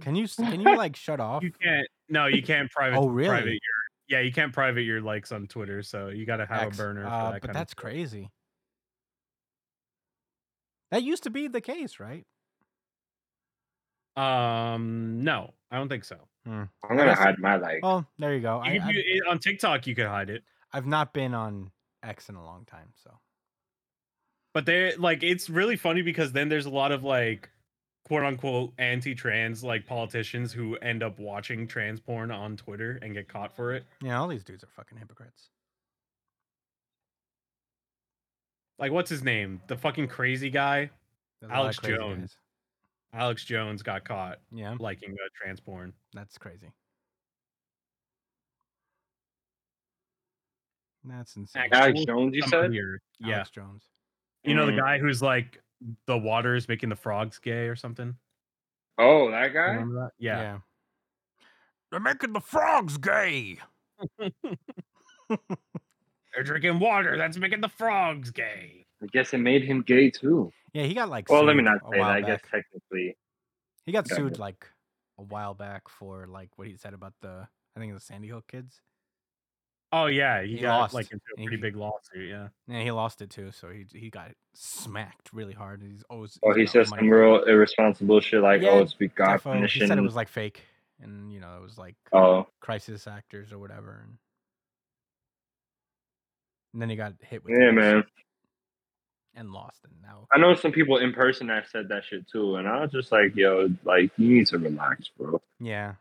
S2: Can you s- can you like shut off?
S3: You can't no, you can't private
S2: Oh,
S3: private
S2: really?
S3: your yeah, you can't private your likes on Twitter, so you gotta have
S2: X?
S3: a burner for
S2: Uh,
S3: that
S2: but
S3: kind
S2: that's
S3: of stuff.
S2: crazy. That used to be the case, right?
S3: Um no, I don't think so.
S1: I'm gonna
S2: guess- Oh,
S1: hide my life.
S2: Well, there you go. I,
S3: You-
S2: I've,
S3: you- on TikTok you could hide it.
S2: I've not been on X in a long time, so
S3: but they're like it's really funny because then there's a lot of like quote unquote anti-trans like politicians who end up watching trans porn on twitter and get caught for it
S2: yeah, all these dudes are fucking hypocrites.
S3: like what's his name the fucking crazy guy
S2: There's a lot of
S3: Alex
S2: crazy
S3: Jones.
S2: guys.
S3: alex jones got caught
S2: Yeah,
S3: liking uh, trans porn
S2: that's crazy. That's insane.
S3: Actually,
S1: Alex Jones, you said?
S3: Somebody- yeah
S2: Alex Jones.
S3: you know the
S1: Mm.
S3: guy who's like the water is making the frogs gay or something
S1: Oh, that
S3: You
S1: guy?
S3: remember that yeah,
S2: They're making the frogs gay.
S3: they're drinking water that's making the frogs gay
S1: I guess it made him gay too.
S2: Yeah, he got like.
S1: Well, let me
S2: sued
S1: not
S2: a
S1: say that.
S2: while
S1: I guess
S2: back.
S1: technically.
S2: He got
S1: Yeah.
S2: sued like a while back for like what he said about the I think it was Sandy Hook kids.
S3: oh yeah he,
S2: He
S3: got
S2: lost.
S3: like into a
S2: He-
S3: pretty big lawsuit yeah
S2: Yeah, he lost it too, so he he got smacked really hard. He's always
S1: Oh, he
S2: he's
S1: says
S2: got
S1: some
S2: money.
S1: real irresponsible shit like,
S2: Yeah,
S1: oh, it's be God
S2: Defo, He said it
S1: permission.
S2: was like fake, and you know it was like
S1: Oh,
S2: crisis actors or whatever. And, and then he got hit with the
S1: yeah,
S2: lawsuit
S1: man.
S2: and lost, and now
S1: I know some people in person that said that shit too, and I was just like, yo, like you need to relax, bro.
S2: yeah,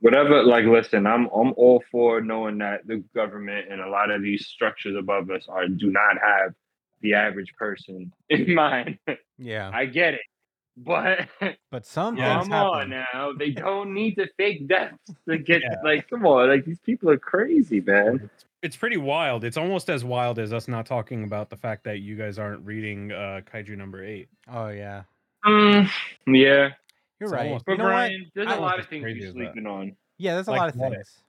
S1: Whatever, like, listen, I'm I'm all for knowing that the government and a lot of these structures above us are do not have the average person in mind.
S2: yeah.
S1: I get it, but
S2: But some
S3: Yeah.
S2: things
S1: come on
S2: happen.
S1: now, they don't need to fake deaths to get
S3: Yeah.
S1: like, come on, like these people are crazy, man.
S3: it's pretty wild. It's almost as wild as us not talking about the fact that you guys aren't reading uh Kaiju number eight.
S2: Oh yeah,
S1: Mm, yeah,
S2: you're
S3: It's
S2: right.
S3: almost-
S1: but
S2: You know what?
S1: Brian, there's
S2: I
S1: a
S2: was
S1: lot of
S3: just
S1: things
S3: crazy
S1: you're
S3: about it.
S1: sleeping on.
S2: Yeah, there's a
S3: Like
S2: lot of
S3: what?
S2: things.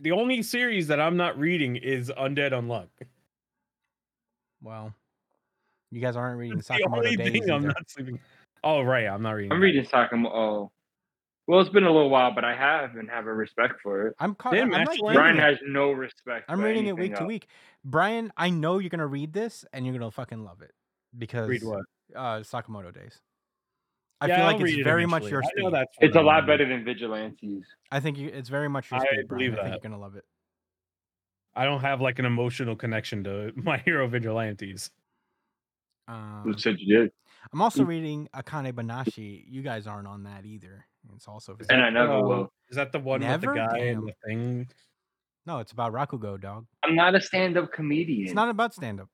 S3: The only series that I'm not reading is Undead Unluck.
S2: Well, you guys aren't reading
S3: the only
S2: Sakamoto Days.
S3: thing I'm
S2: either.
S3: not sleeping. Oh right, I'm not reading.
S1: I'm
S3: that.
S1: reading Sakamoto. Oh. Well, it's been a little while, but I have and have a respect for it.
S2: I'm caught.
S3: Damn,
S2: I'm, like,
S3: actually,
S2: reading
S1: Brian
S2: it.
S1: has no respect.
S2: I'm
S1: for
S2: reading it
S1: anything
S2: week to week. Brian, I know you're gonna read this and you're gonna fucking love it because
S3: Read what?
S2: uh Sakamoto Days. I
S3: Yeah,
S2: feel
S3: I'll
S2: like
S3: read
S2: it's
S3: it
S2: very much
S3: eventually.
S2: your
S3: I know
S2: speed.
S3: that's
S1: else. It's a
S3: what I'm
S1: lot
S3: reading.
S1: better than Vigilantes.
S2: I think you, it's very much your
S3: I
S2: speed, Brian.
S3: believe
S2: I think
S3: that.
S2: you're gonna love it.
S3: I don't have like an emotional connection to My Hero Vigilantes.
S2: Um,
S1: Who said you did?
S2: I'm also reading Akane Banashi. You guys aren't on that either. It's also very-
S1: And I never
S3: Um,
S1: will.
S3: Is that the one
S2: Never?
S3: with the guy
S2: Damn.
S3: and the thing?
S2: no, it's about Rakugo, dog.
S1: I'm not a stand-up comedian.
S2: It's not about stand up.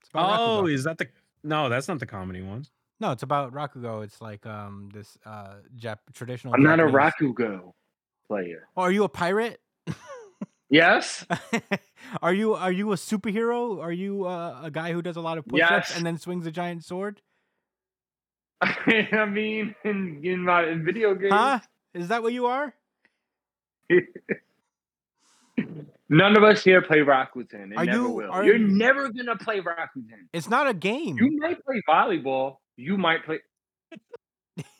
S2: It's about
S3: Oh,
S2: Rakugo.
S3: is that the? No, that's not the comedy one.
S2: no, it's about Rakugo. It's like um this uh Jap- traditional.
S1: I'm not a
S2: Japanese-
S1: Rakugo player.
S2: Oh, are you a pirate?
S1: Yes.
S2: are you are you a superhero? Are you uh, a guy who does a lot of push-ups
S1: Yes.
S2: and then swings a giant sword?
S1: I mean, in, in my in video games,
S2: Huh? Is that what you are?
S1: none of us here play Rakuten. And
S2: Are
S1: never
S2: you-
S1: will.
S2: are
S1: You're
S2: you- Hmm.
S1: never gonna play Rakuten.
S2: It's not a game.
S1: You might play volleyball. You might play.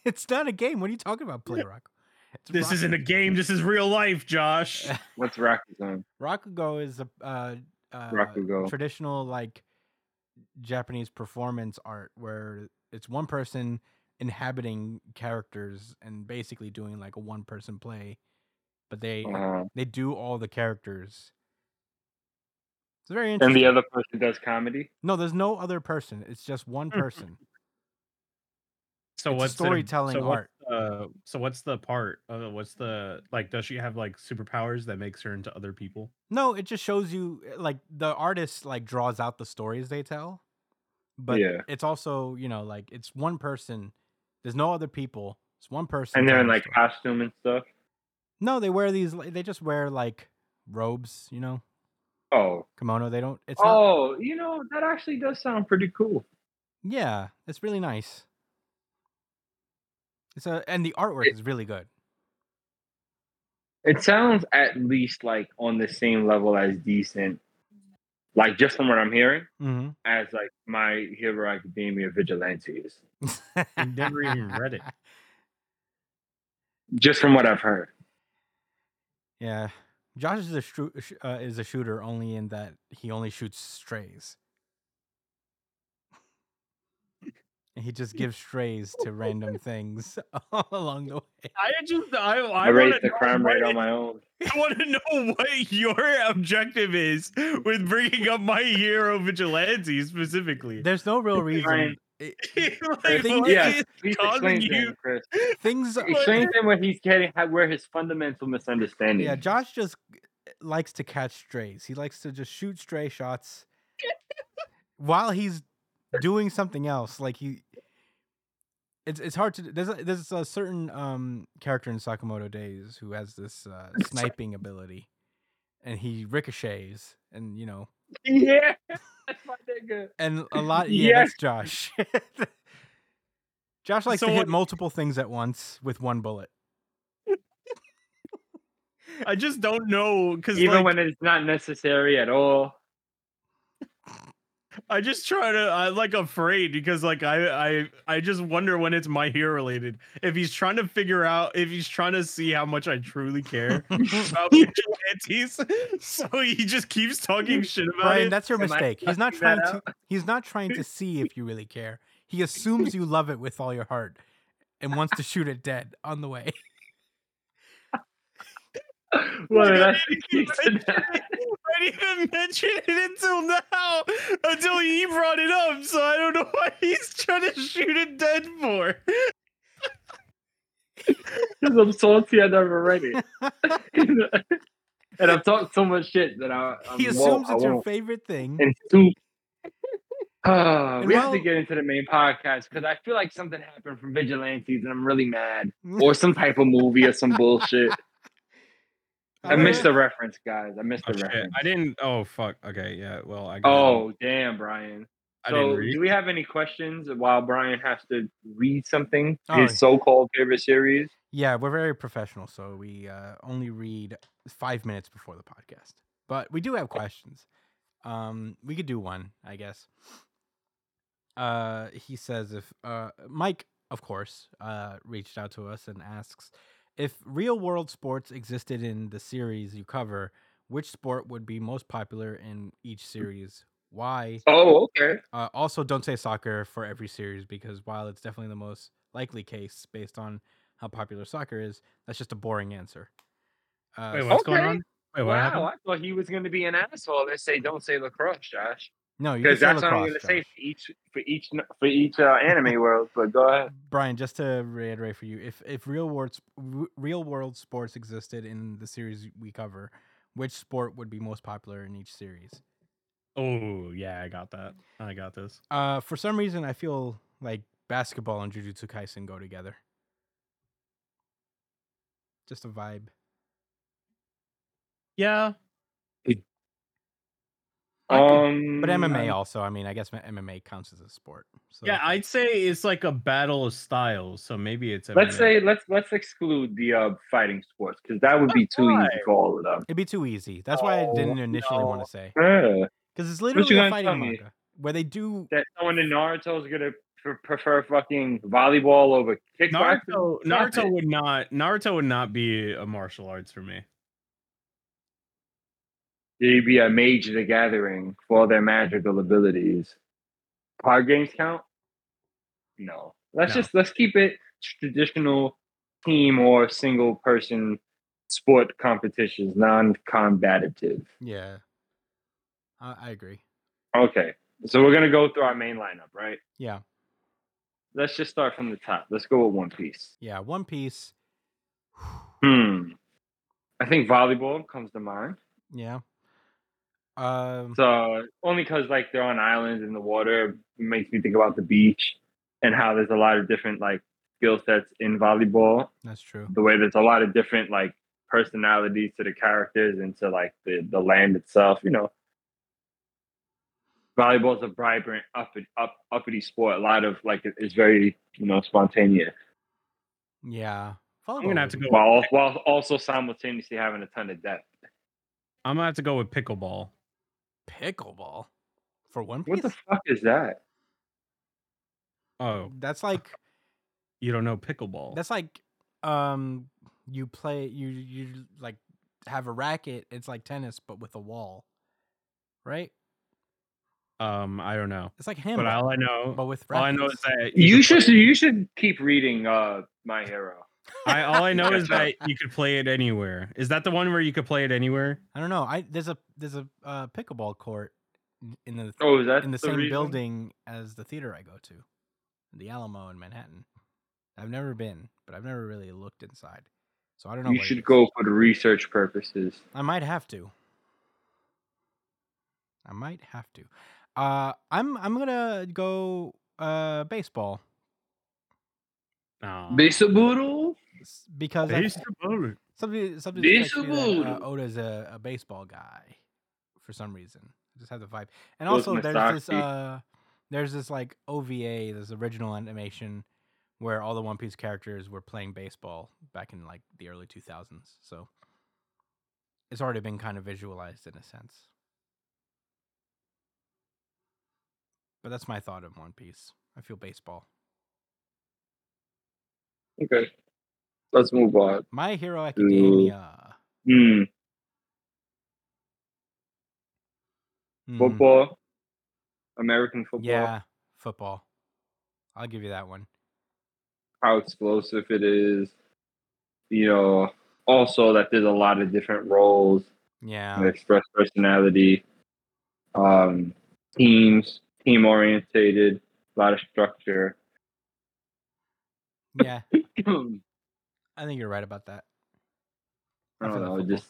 S2: It's not a game. What are you talking about, Play Rock? It's
S3: This
S2: Rock-
S3: isn't a game. This is real life, Josh.
S1: What's Rakuten?
S2: Rakugo is a uh, uh,
S1: Rakugo.
S2: traditional like Japanese performance art where it's one person inhabiting characters and basically doing like a one person play, but they
S1: Uh,
S2: they do all the characters. It's very
S1: and
S2: interesting.
S1: the other person does comedy.
S2: no, there's no other person. It's just one
S1: Hmm.
S2: person.
S3: So
S2: It's a
S3: what's the-
S2: storytelling
S3: so what's
S2: art.
S3: the- so what's the part? Uh, what's the like? Does she have like superpowers that makes her into other people?
S2: No, it just shows you eh, like the artist like draws out the stories they tell. But
S1: Yeah.
S2: it's also, you know, like it's one person. There's no other people. It's one person.
S1: And they're in
S2: telling the
S1: like
S2: story.
S1: costume and stuff.
S2: No, they wear these like, they just wear like robes, you know,
S1: Oh,
S2: kimono. They don't it's not
S1: oh, you know that actually does sound pretty cool.
S2: Yeah, it's really nice. It's a, and the artwork is really good.
S1: It sounds at least like on the same level as decent. Like just from what I'm hearing,
S2: Mhm.
S1: as like my Hero Academia Vigilantes.
S3: I never even read it.
S1: Just from what I've heard.
S2: Yeah, Josh is a shoo- sh- uh, is a shooter only in that he only shoots strays. And he just gives strays to random things all along the way.
S3: I just I I,
S1: I, raised the crime rate on my own.
S3: I want to know what your objective is with bringing up my hero vigilante specifically.
S2: There's no real
S1: Ryan,
S2: reason. It-
S3: Like,
S2: think-
S3: what
S1: Yeah,
S3: is-
S1: please
S3: causing
S1: explain to
S3: you-
S1: him, Chris.
S2: things,
S3: Like-
S1: Explain to him where he's getting how- where his fundamental misunderstanding.
S2: yeah.
S1: Yeah,
S2: Josh just likes to catch strays. He likes to just shoot stray shots while he's doing something else. Like he, it's it's hard to. There's a, there's a certain um character in Sakamoto Days who has this uh, sniping ability, and he ricochets, and you know,
S1: yeah, that's my nigga.
S2: and a lot. Yeah,
S1: Yeah.
S2: that's Josh. Josh likes
S3: So
S2: to
S3: what-
S2: hit multiple things at once with one bullet.
S3: I just don't know because
S1: Even
S3: like,
S1: when it's not necessary at all.
S3: I just try to I like afraid because like I I I just wonder when it's my hero related if he's trying to figure out if he's trying to see how much I truly care about vigilantes. So he just keeps talking shit about
S2: Brian,
S3: it.
S2: that's your
S1: Am I
S2: mistake. He's not
S1: sucking
S2: trying
S1: that
S2: to. He's not trying to see if you really care. He assumes you love it with all your heart, and wants to shoot it dead on the way.
S1: Well,
S3: Like, I
S1: that's
S3: didn't
S1: he
S3: even
S1: said
S3: mention it. I didn't even mention it until now, until he brought it up. So I don't know why he's trying to shoot it dead for.
S1: Oh, because I'm salty and I'm already. and I've talked so much shit that I I'm,
S2: he assumes
S1: won't, I
S2: it's your
S1: won't.
S2: favorite thing.
S1: And two. Ah,
S2: And
S1: we have to
S2: while-
S1: get into the main podcast because I feel like something happened from Vigilantes and I'm really mad, or some type of movie or some bullshit. I missed the reference, guys. I missed the reference.
S3: didn't. Oh fuck. Okay. Yeah. Well, I.
S1: Oh, damn, Brian. So, do we have any questions while Brian has to read something?
S2: Oh.
S1: His so called favorite series?
S2: Yeah, we're very professional, so we uh, only read five minutes before the podcast. But we do have questions. Um, we could do one, I guess. Uh, he says if uh, Mike, of course, uh, reached out to us and asks if real world sports existed in the series you cover, which sport would be most popular in each series? Why?
S1: Oh, okay.
S2: Uh, also, don't say soccer for every series because while it's definitely the most likely case based on how popular soccer is, that's just a boring answer. Uh,
S3: Wait,
S2: so-
S3: what's going
S1: Okay.
S3: on? Wait,
S2: Oh,
S3: what
S1: Wow,
S3: happened?
S1: I thought he was going to be an asshole and say, don't say lacrosse, Josh.
S2: No, you can
S1: Because
S2: say
S1: that's what I'm
S2: lacrosse,
S1: going to say
S2: Josh.
S1: for each, for each, for each uh, anime world, but go ahead.
S2: Brian, just to reiterate for you, if if real world sp- r- real world sports existed in the series we cover, which sport would be most popular in each series?
S3: Oh yeah, I got that. I got this.
S2: Uh, for some reason, I feel like basketball and Jujutsu Kaisen go together. Just a vibe.
S3: Yeah,
S2: I could-
S1: um,
S2: but MMA also. I mean, I guess MMA counts as a sport. So
S3: Yeah, I'd say it's like a battle of styles. So maybe it's.
S1: Let's
S3: MMA.
S1: say let's let's exclude the uh, fighting sports because that would be too
S3: Why?
S1: easy for all of them.
S2: it'd be too easy. That's why I
S1: Oh,
S2: didn't initially want
S3: no.
S2: to say
S1: Yeah.
S2: because it's
S1: you
S2: literally a
S1: gonna tell
S2: fighting
S1: me?
S2: manga where they do.
S1: Uh, That someone in Naruto is gonna pre- prefer fucking volleyball over kickboxing.
S3: Naruto.
S1: Stop
S3: Naruto
S1: it.
S3: would not. Naruto would not be a martial arts for me.
S1: They'd be a mage of the gathering for all their magical abilities. Card games count? No. Let's
S2: No.
S1: just let's keep it traditional team or single person sport competitions, non-combative.
S2: Yeah, I, I agree.
S1: Okay. So we're gonna go through our main lineup, right?
S2: Yeah,
S1: Let's just start from the top. Let's go with One Piece.
S2: yeah. One Piece.
S1: Hmm. I think volleyball comes to mind.
S2: Yeah. Um.
S1: So only because like they're on islands in the water makes me think about the beach and how there's a lot of different like skill sets in volleyball.
S2: That's true.
S1: The way there's a lot of different like personalities to the characters and to like the the land itself. You know, volleyball's a vibrant, up up uppity sport. A lot of like it- it's very you know spontaneous
S2: Yeah.
S3: I'm gonna have
S1: Oh,
S3: to go. with-
S1: while while also simultaneously having a ton of depth.
S3: I'm gonna have to go with pickleball.
S2: pickleball for One
S1: What
S2: Piece.
S1: the fuck is that?
S3: Oh,
S2: that's like
S3: you don't know pickleball.
S2: that's like um you play you you like have a racket. It's like tennis but with a wall, right?
S3: um. I don't know.
S2: It's like
S3: But
S2: handball
S3: all I know.
S2: but with
S3: All I
S2: rackets.
S3: know is that
S1: You
S3: could
S1: should
S3: play-
S1: you should keep reading uh My Hero.
S3: I all I know is
S1: Gotcha.
S3: that you could play it anywhere. Is that the one where you could play it anywhere?
S2: I don't know. I there's a there's a uh, pickleball court n- in the
S1: Oh, is that
S2: in the, same
S1: reason?
S2: building as the theater I go to, the Alamo in Manhattan. I've never been, but I've never really looked inside, so I don't know.
S1: You
S2: what it
S1: should
S2: is.
S1: go for the research purposes.
S2: I might have to. I might have to. Uh, I'm I'm gonna go uh baseball Oh.
S3: No.
S1: Bisaboodle?
S2: s- because I,
S3: Baseball.
S2: something something strikes me that, uh,
S1: Baseball.
S2: Oda's a, a baseball guy for some reason. I just have the vibe. And
S1: Those
S2: also there's this
S1: Misaki.
S2: uh there's this like OVA, this original animation where all the One Piece characters were playing baseball back in like the early 2000s. So it's already been kind of visualized in a sense. But that's my thought of One Piece. I feel baseball.
S1: Okay. Let's move on.
S2: My Hero Academia.
S1: Hmm.
S2: Mhm.
S1: Football. American football.
S2: Yeah, football. I'll give you that one.
S1: How explosive it is. You know, also that there's a lot of different roles and
S2: Yeah,
S1: express personality. Um teams, team orientated, a lot of structure.
S2: yeah.
S1: I don't
S2: I think you're right about that. I feel the
S1: know,
S2: football.
S1: just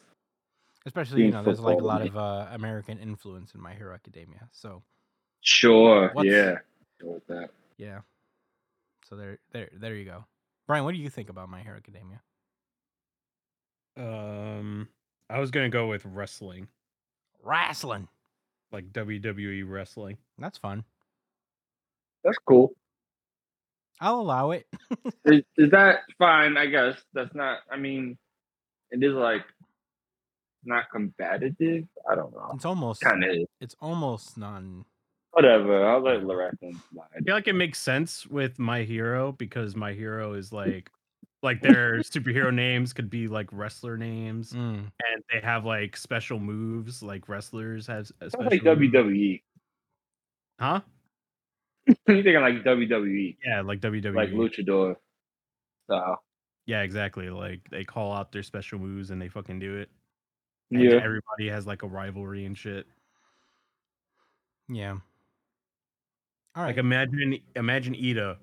S2: Especially, you
S1: Being
S2: know, there's like a
S1: football,
S2: lot
S1: right?
S2: of uh, American influence in My Hero Academia. So
S1: sure.
S2: What's-
S1: Yeah. Go with that.
S2: yeah. So there, there, there you go. Brian, what do you think about My Hero Academia?
S3: Um, I was gonna go with wrestling,
S2: Wrestling.
S3: like
S1: E
S3: WWE wrestling.
S2: That's fun.
S1: That's cool.
S2: I'll allow it.
S1: is, is that fine? I guess that's not. I mean, it is like not combative. I don't know.
S2: It's almost,
S1: Kind of
S2: it's almost non.
S1: whatever. I'll let Loraxin
S3: I
S1: slide.
S3: feel like it makes sense with My Hero because My Hero is
S1: Mm.
S3: like, like their superhero names could be like wrestler names,
S2: Mm,
S3: and they have like special moves. Like wrestlers have a
S1: Sounds
S3: special
S1: like E.
S3: move.
S1: WWE.
S3: huh?
S1: You're thinking like WWE,
S3: Yeah, like WWE.
S1: like
S2: E.
S1: Luchador style.
S3: yeah, exactly. Like they call out their special moves and they fucking do it. And
S1: Yeah.
S3: everybody has like a rivalry and shit.
S2: yeah. All right.
S3: Like imagine imagine Ida.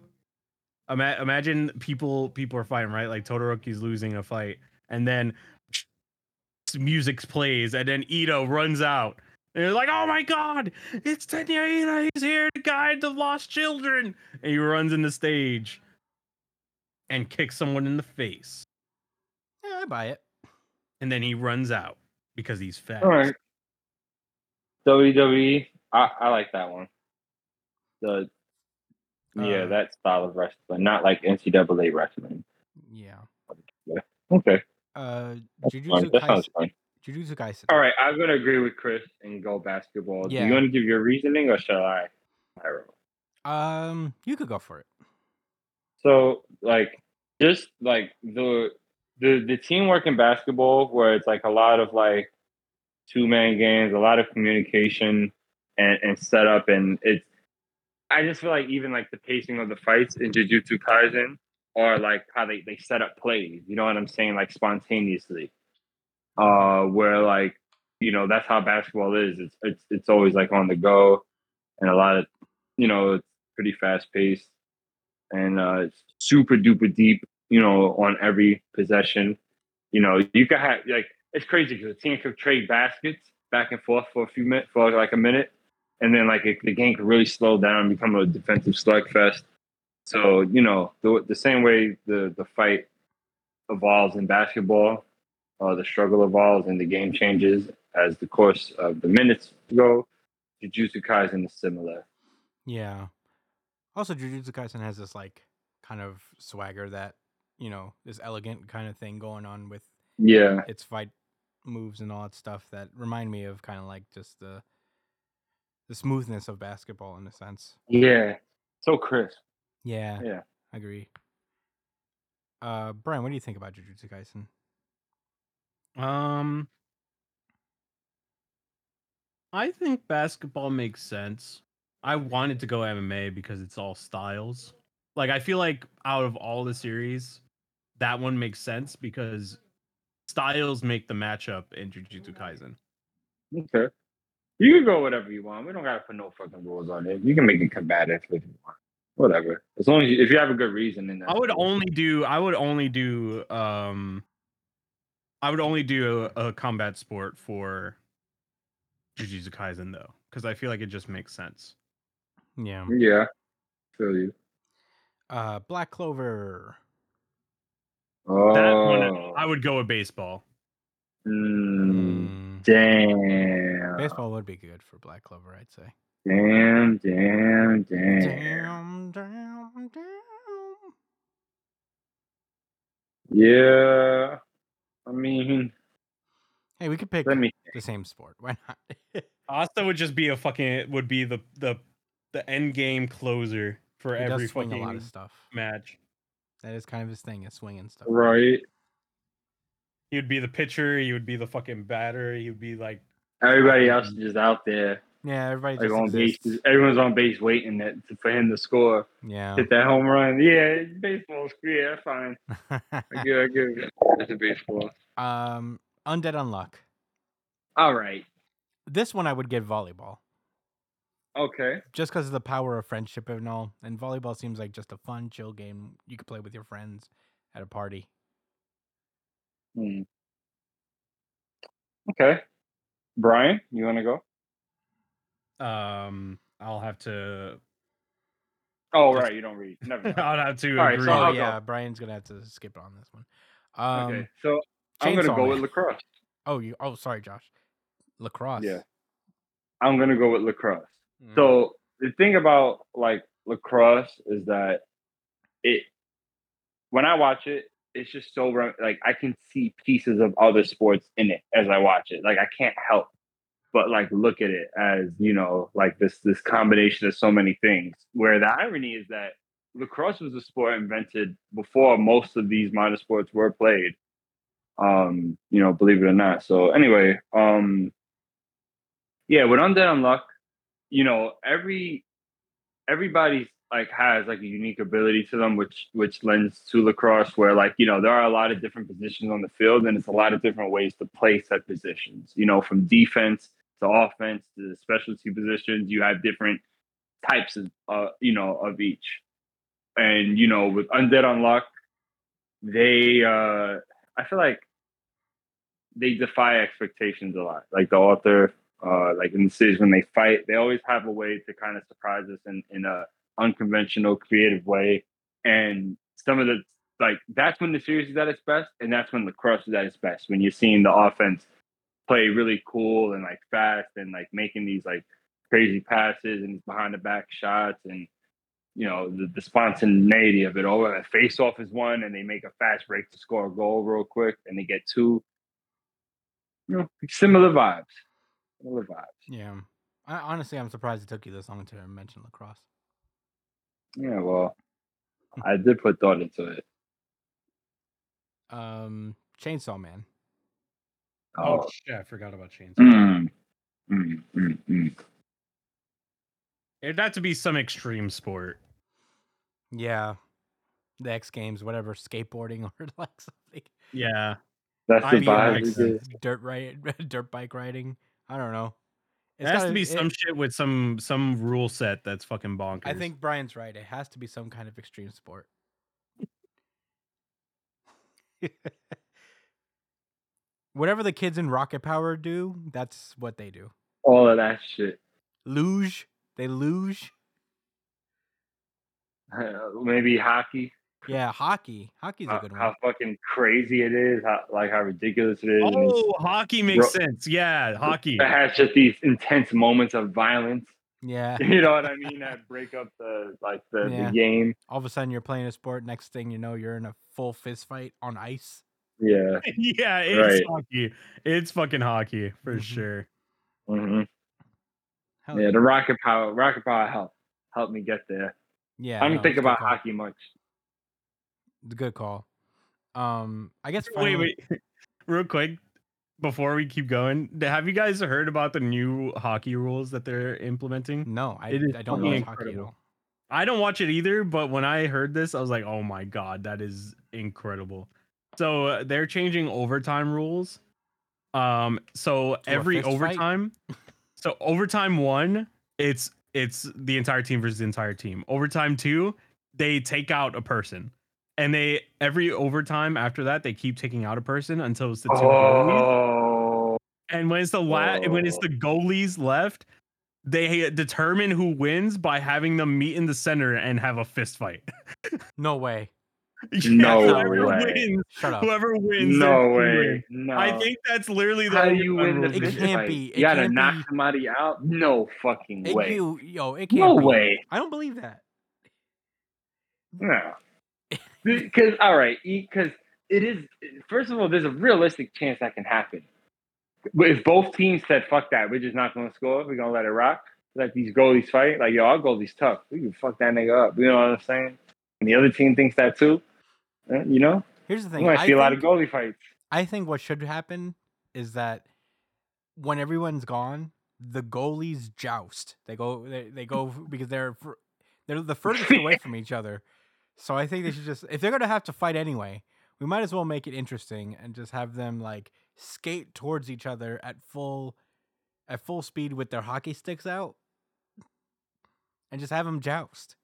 S3: Ima- imagine people people are fighting, right? Like Todoroki's losing a fight and then music plays and then Ito runs out. And you're like, "Oh my god, it's Tenya Ito. He's here to guide the lost children." And he runs in the stage and kicks someone in the face.
S2: yeah, I buy it.
S3: And then he runs out because he's fast.
S1: All right. WWE. E, I, I like that one. The yeah,
S2: Uh,
S1: that style of wrestling, not like NCAA wrestling.
S2: Yeah.
S1: Okay,
S2: Uh,
S1: that's fine.
S2: Jujutsu
S1: That sounds
S2: Kaisen.
S1: fun.
S2: Jujutsu Kaisen.
S1: All right, I'm gonna agree with Chris and go basketball. Do
S2: Yeah.
S1: you want to give your reasoning or shall I? I don't know.
S2: Um, you could go for it.
S1: So like just like the the the teamwork in basketball where it's like a lot of like two man games, a lot of communication and, and setup and it's I just feel like even like the pacing of the fights in Jujutsu Kaisen are like how they, they set up plays, you know what I'm saying? Like spontaneously. Uh where like, you know, that's how basketball is. It's it's it's always like on the go and a lot of you know, it's pretty fast paced and uh, it's super duper deep, you know, on every possession. You know, you could have like it's crazy because the team could trade baskets back and forth for a few minutes, for like a minute, and then like it, the game could really slow down and become a defensive slugfest. So you know, the the same way the the fight evolves in basketball, uh, the struggle evolves and the game changes as the course of the minutes go. Jujutsu Kaisen is similar.
S2: Yeah. Also, Jujutsu Kaisen has this like kind of swagger that you know this elegant kind of thing going on with
S1: Yeah.
S2: its fight moves and all that stuff that remind me of kind of like just the the smoothness of basketball in a sense.
S1: Yeah. So crisp.
S2: Yeah.
S1: Yeah.
S2: I agree. Uh, Brian, what do you think about Jujutsu Kaisen?
S3: Um, I think basketball makes sense. I wanted to go MMA because it's all styles. Like I feel like out of all the series, that one makes sense because styles make the matchup in Jujutsu Kaisen.
S1: Okay. You can go whatever you want. We don't gotta put no fucking rules on it. You can make it combative if you want. Whatever. As long as you, if you have a good reason, then that's
S3: I would
S1: cool.
S3: only do I would only do um I would only do a, a combat sport for Jujutsu Kaisen though, because I feel like it just makes sense.
S2: Yeah.
S1: Yeah. Feel you.
S2: Uh, Black Clover.
S1: Oh.
S3: That one I would go with baseball.
S1: Mm,
S2: Mm,
S1: damn.
S2: Baseball would be good for Black Clover, I'd say.
S1: Damn. Damn. Damn.
S2: Damn, damn, damn.
S1: Yeah. I mean,
S2: Hey, we could pick
S1: let me.
S2: the same sport. Why not?
S3: Asta would just be a fucking would be the the the end game closer for
S2: he
S3: every
S2: does swing a lot
S3: fucking
S2: of stuff.
S3: match.
S2: That is kind of his thing, is swinging stuff.
S1: Right.
S3: He would be the pitcher. He would be the fucking batter. He would be like
S1: Everybody else is just out there.
S2: Yeah, everybody
S1: Like
S2: just
S1: on base.
S2: exists.
S1: Everyone's on base waiting that, for him to score.
S2: Yeah.
S1: Hit that home run. Yeah, baseball's yeah, fine. I get, I get. That's a baseball.
S2: um, Undead Unluck.
S1: All right.
S2: This one I would give volleyball,
S1: Okay.
S2: just because of the power of friendship and all. And volleyball seems like just a fun, chill game you could play with your friends at a party.
S1: Hmm. Okay. Brian, you want to go?
S3: um. I'll have to.
S1: Oh,
S2: Just-
S1: right. You don't read. Never mind.
S3: I'll have to
S1: All right,
S3: agree.
S1: so uh,
S2: oh
S1: I'll go.
S2: yeah, Brian's gonna have to skip on this one. Um,
S1: okay. So I'm going to
S2: Chainsaw
S1: go
S2: Man.
S1: with lacrosse.
S2: Oh, you. Oh, sorry, Josh. Lacrosse.
S1: Yeah. I'm going to go with lacrosse.
S2: Mm.
S1: So the thing about like lacrosse is that it, when I watch it, it's just so re- like I can see pieces of other sports in it as I watch it. Like I can't help but like look at it as you know like this this combination of so many things. Where the irony is that lacrosse was a sport invented before most of these minor sports were played. Um, you know, believe it or not. So anyway, um, yeah, with Undead Unluck, you know every everybody's like has like a unique ability to them which which lends to lacrosse where like you know there are a lot of different positions on the field and it's a lot of different ways to play set positions you know from defense to offense to the specialty positions you have different types of uh, you know of each and you know with undead unlock they uh i feel like they defy expectations a lot like the author uh, like in the series when they fight, they always have a way to kind of surprise us in in a unconventional, creative way. And some of the like that's when the series is at its best, and that's when lacrosse is at its best. When you're seeing the offense play really cool and like fast and like making these like crazy passes and behind the back shots and you know the, the spontaneity of it all. And a face off is one, and they make a fast break to score a goal real quick, and they get two. You know, similar vibes. Similar vibes.
S2: Yeah. I, honestly, I'm surprised it took you this long to mention lacrosse.
S1: Yeah, well, I did put thought into it.
S2: Um, Chainsaw Man.
S3: Oh, shit, I forgot about Chainsaw.
S1: Mm, mm, mm, mm.
S3: It'd have to be some extreme sport.
S2: Yeah. The X Games, whatever, skateboarding or like something.
S3: Yeah.
S1: That's the
S3: I mean, that
S1: vibe.
S3: makes
S1: we get.
S2: Dirt ride, dirt bike riding. I don't know.
S3: It has to
S2: gotta-
S3: be some
S2: it-
S3: shit with some some rule set that's fucking bonkers.
S2: I think Brian's right. It has to be some kind of extreme sport. Whatever the kids in Rocket Power do, that's what they do.
S1: All of that shit.
S2: Luge, they luge.
S1: Maybe hockey.
S2: Yeah, hockey. Hockey's a
S1: How,
S2: good one.
S1: Uh, how fucking crazy it is. How, like how ridiculous it is. and it's-
S3: Oh, hockey makes
S1: Ro-
S3: sense. Yeah, hockey.
S1: That has just these intense moments of violence.
S2: Yeah.
S1: You know what I mean? That break up the like the,
S2: Yeah.
S1: the game.
S2: All of a sudden, you're playing a sport. Next thing you know, you're in a full fist fight on ice.
S1: Yeah.
S3: yeah,
S1: Right.
S3: it's hockey. It's fucking hockey for
S2: Mhm.
S3: sure.
S1: hmm
S2: Hell
S1: Yeah. The rocket power. Rocket power helped helped me get there.
S2: yeah.
S1: I
S2: no,
S1: didn't
S2: it's
S1: think
S2: a good
S1: about
S2: call.
S1: hockey much.
S2: It's a Good call. Um, I guess.
S3: Wait,
S2: Finally,
S3: wait. Real quick, before we keep going, have you guys heard about the new hockey rules that they're implementing?
S2: No, I,
S3: It is
S2: I don't
S3: fucking
S2: watch hockey at
S3: incredible.
S2: all.
S3: I don't watch it either, but when I heard this, I was like, "Oh my god, that is incredible." So uh, they're changing overtime rules. Um, so
S2: a
S3: every
S2: fist fight?
S3: overtime, so overtime one, it's it's the entire team versus the entire team. Overtime two, they take out a person, and they every overtime after that they keep taking out a person until it's the two goalies.
S1: Oh.
S3: And when it's the la- when it's
S1: Oh.
S3: the goalies left, they determine who wins by having them meet in the center and have a fist fight.
S2: No way.
S1: No
S3: whoever
S1: way.
S3: Wins,
S2: Shut up.
S3: whoever wins.
S1: No
S3: their team
S1: way.
S3: wins.
S1: No.
S3: I think that's literally the
S1: How do you win
S3: overtime
S1: the
S3: rule.
S2: It
S1: fist
S2: can't
S1: fight?
S2: be- it
S1: you gotta
S2: can't
S1: knock
S2: be-
S1: somebody out? No fucking
S2: It,
S1: way.
S2: you, yo, it can't
S1: No
S2: be.
S1: way.
S2: I don't believe that.
S1: No. Because all right, because it is. First of all, there's a realistic chance that can happen. But if both teams said "fuck that," we're just not going to score. We're going to let it rock. Like these goalies fight. Like yo, our goalie's tough. We can fuck that nigga up. You know what I'm saying? And the other team thinks that too. Uh, You know,
S2: Here's the
S1: we're
S2: thing.
S1: going to
S2: I
S1: see a lot of
S2: think-
S1: goalie fights.
S2: I think what should happen is that when everyone's gone, the goalies joust. They go, they, they go f- because they're fr- they're the furthest away from each other. So I think they should just if they're gonna have to fight anyway, we might as well make it interesting and just have them like skate towards each other at full at full speed with their hockey sticks out, and just have them joust.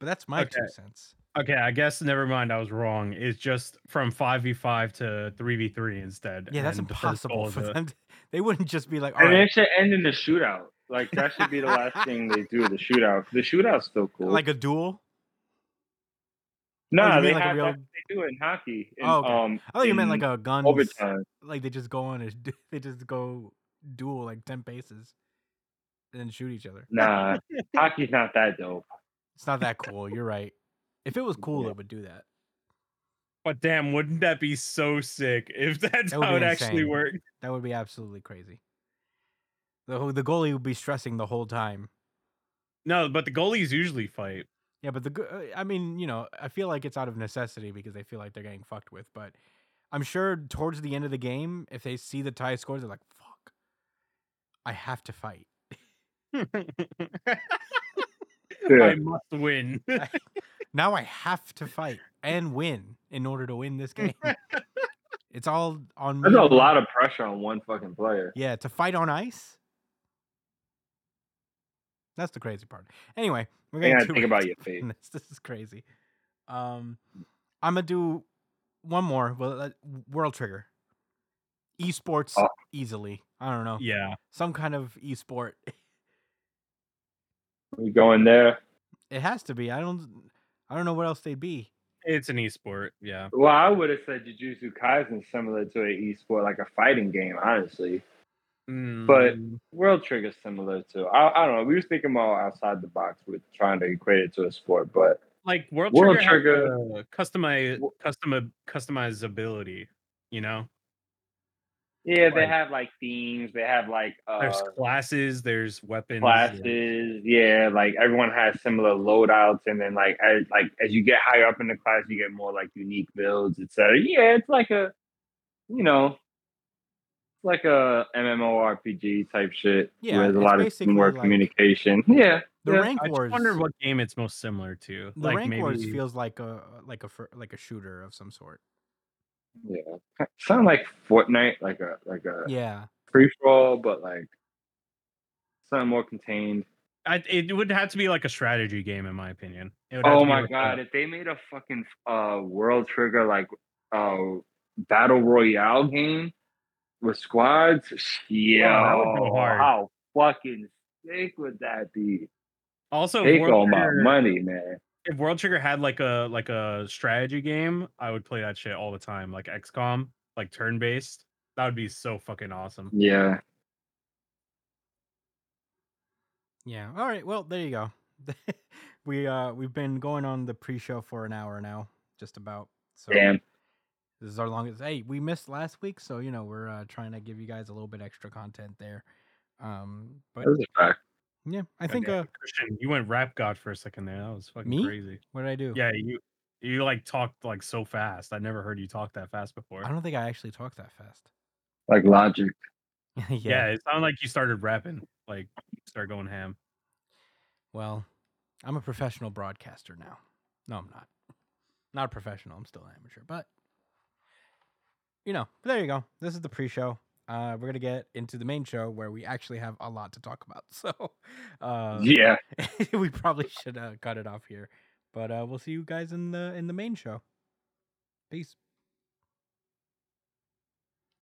S2: But that's my two cents.
S3: Okay, I guess never mind. I was wrong. It's just from five v five to three v three instead.
S2: Yeah, that's
S3: and the first goal
S2: impossible
S3: is
S2: for
S3: the-
S2: them. To, they wouldn't just be like, all
S1: And
S2: right,
S1: it should end in a shootout. Like that should be the last thing they do. The shootout. The shootout's still cool.
S2: like a duel.
S1: no,
S2: you mean
S1: they
S2: like a
S1: have
S2: real-
S1: like they do it in hockey. In,
S2: Oh, okay.
S1: um,
S2: I thought you meant
S1: in
S2: like a gun.
S1: overtime.
S2: Like they just go on a, d- they just go duel like ten paces, and then shoot each other.
S1: Nah, hockey's not that dope.
S2: It's not that cool. You're right. If it was cool,
S1: Yeah.
S2: it would do that.
S3: But damn, wouldn't that be so sick if that's
S2: That would
S3: how
S2: be
S3: it actually
S2: insane.
S3: worked?
S2: That would be absolutely crazy. The whole- the goalie would be stressing the whole time.
S3: No, but the goalies usually fight.
S2: Yeah, but the go- uh, I mean, you know, I feel like it's out of necessity because they feel like they're getting fucked with. But I'm sure towards the end of the game, if they see the tie scores, they're like, "Fuck, I have to fight."
S3: I
S1: Yeah.
S3: must win.
S2: Now I have to fight and win in order to win this game. it's all on
S1: There's
S2: me.
S1: a lot of pressure on one fucking player.
S2: Yeah, to fight on ice. That's the crazy part. Anyway, we're
S1: You
S2: gonna
S1: gotta
S2: do
S1: think
S2: it.
S1: about your face.
S2: This, this is crazy. Um, I'm gonna do one more. Well, uh, World Trigger, esports
S1: Oh.
S2: easily. I don't know
S3: Uh, yeah.
S2: some kind of esport.
S1: We go in there.
S2: It has to be. I don't. I don't know what else they'd be.
S3: It's an esport, yeah.
S1: Well, I would have said Jujutsu Kaisen similar to an esport, like a fighting game, honestly. But-
S3: Mm.
S1: World Trigger similar to. I, I don't know. We was thinking more outside the box with trying to equate it to a sport, but
S3: like World,
S1: World
S3: Trigger, has, uh, customize
S1: Wo-
S3: custom customizability, you know.
S1: yeah, they
S3: Right.
S1: have like themes. They have like uh,
S3: There's classes, there's weapons,
S1: classes. Yeah. like everyone has similar loadouts, and then like as like as you get higher up in the class, you get more like unique builds, etc. Yeah, it's like a, you know, like a MMORPG type shit.
S2: Yeah,
S1: where there's a
S2: it's
S1: lot of
S2: basically
S1: more
S2: like-
S1: communication. Yeah,
S2: The
S1: yeah.
S2: rank
S3: I
S2: wars.
S3: just wonder what game it's most similar to.
S2: the
S3: like
S2: rank
S3: maybe
S2: wars feels like a like a fir- like a shooter of some sort.
S1: yeah. Sound like Fortnite, like a like
S3: Uh,
S1: a
S2: Yeah,
S1: free for all, but like something more contained.
S3: I, it would have to be like a strategy game, in my opinion. It would have
S1: Oh
S3: to be
S1: my
S3: like a-
S1: god! If they made a fucking uh World Trigger like uh battle royale game with squads, yeah,
S3: Oh, that would go hard.
S1: how fucking sick would that be?
S3: also,
S1: Take
S3: World
S1: all my
S3: Trigger-
S1: money, man.
S3: if World Trigger had like a like a strategy game, I would play that shit all the time, like XCOM, like turn based. That would be so fucking awesome.
S1: Yeah,
S2: yeah. All right. Well, there you go. we uh we've been going on the pre-show for an hour now, just about. So
S1: damn.
S2: This is our longest. Hey, we missed last week, so you know we're uh, trying to give you guys a little bit extra content there. Um, but
S1: That was a fact.
S2: yeah, I think. Uh,
S3: Goddamn. Christian, you went rap god for a second there. That was fucking
S2: Me?
S3: crazy.
S2: what did I do?
S3: Yeah, you you like talked like so fast. I never heard you talk that fast before.
S2: I don't think I actually talked that fast.
S1: Like logic.
S3: Yeah. it sounded like you started rapping, like start going ham.
S2: Well, I'm a professional broadcaster now. No, I'm not. Not a professional. I'm still an amateur, but you know, but there you go. This is the pre-show. Uh, we're gonna get into the main show where we actually have a lot to talk about. So, uh,
S1: yeah.
S2: we probably should uh, cut it off here, but uh, we'll see you guys in the in the main show. Peace.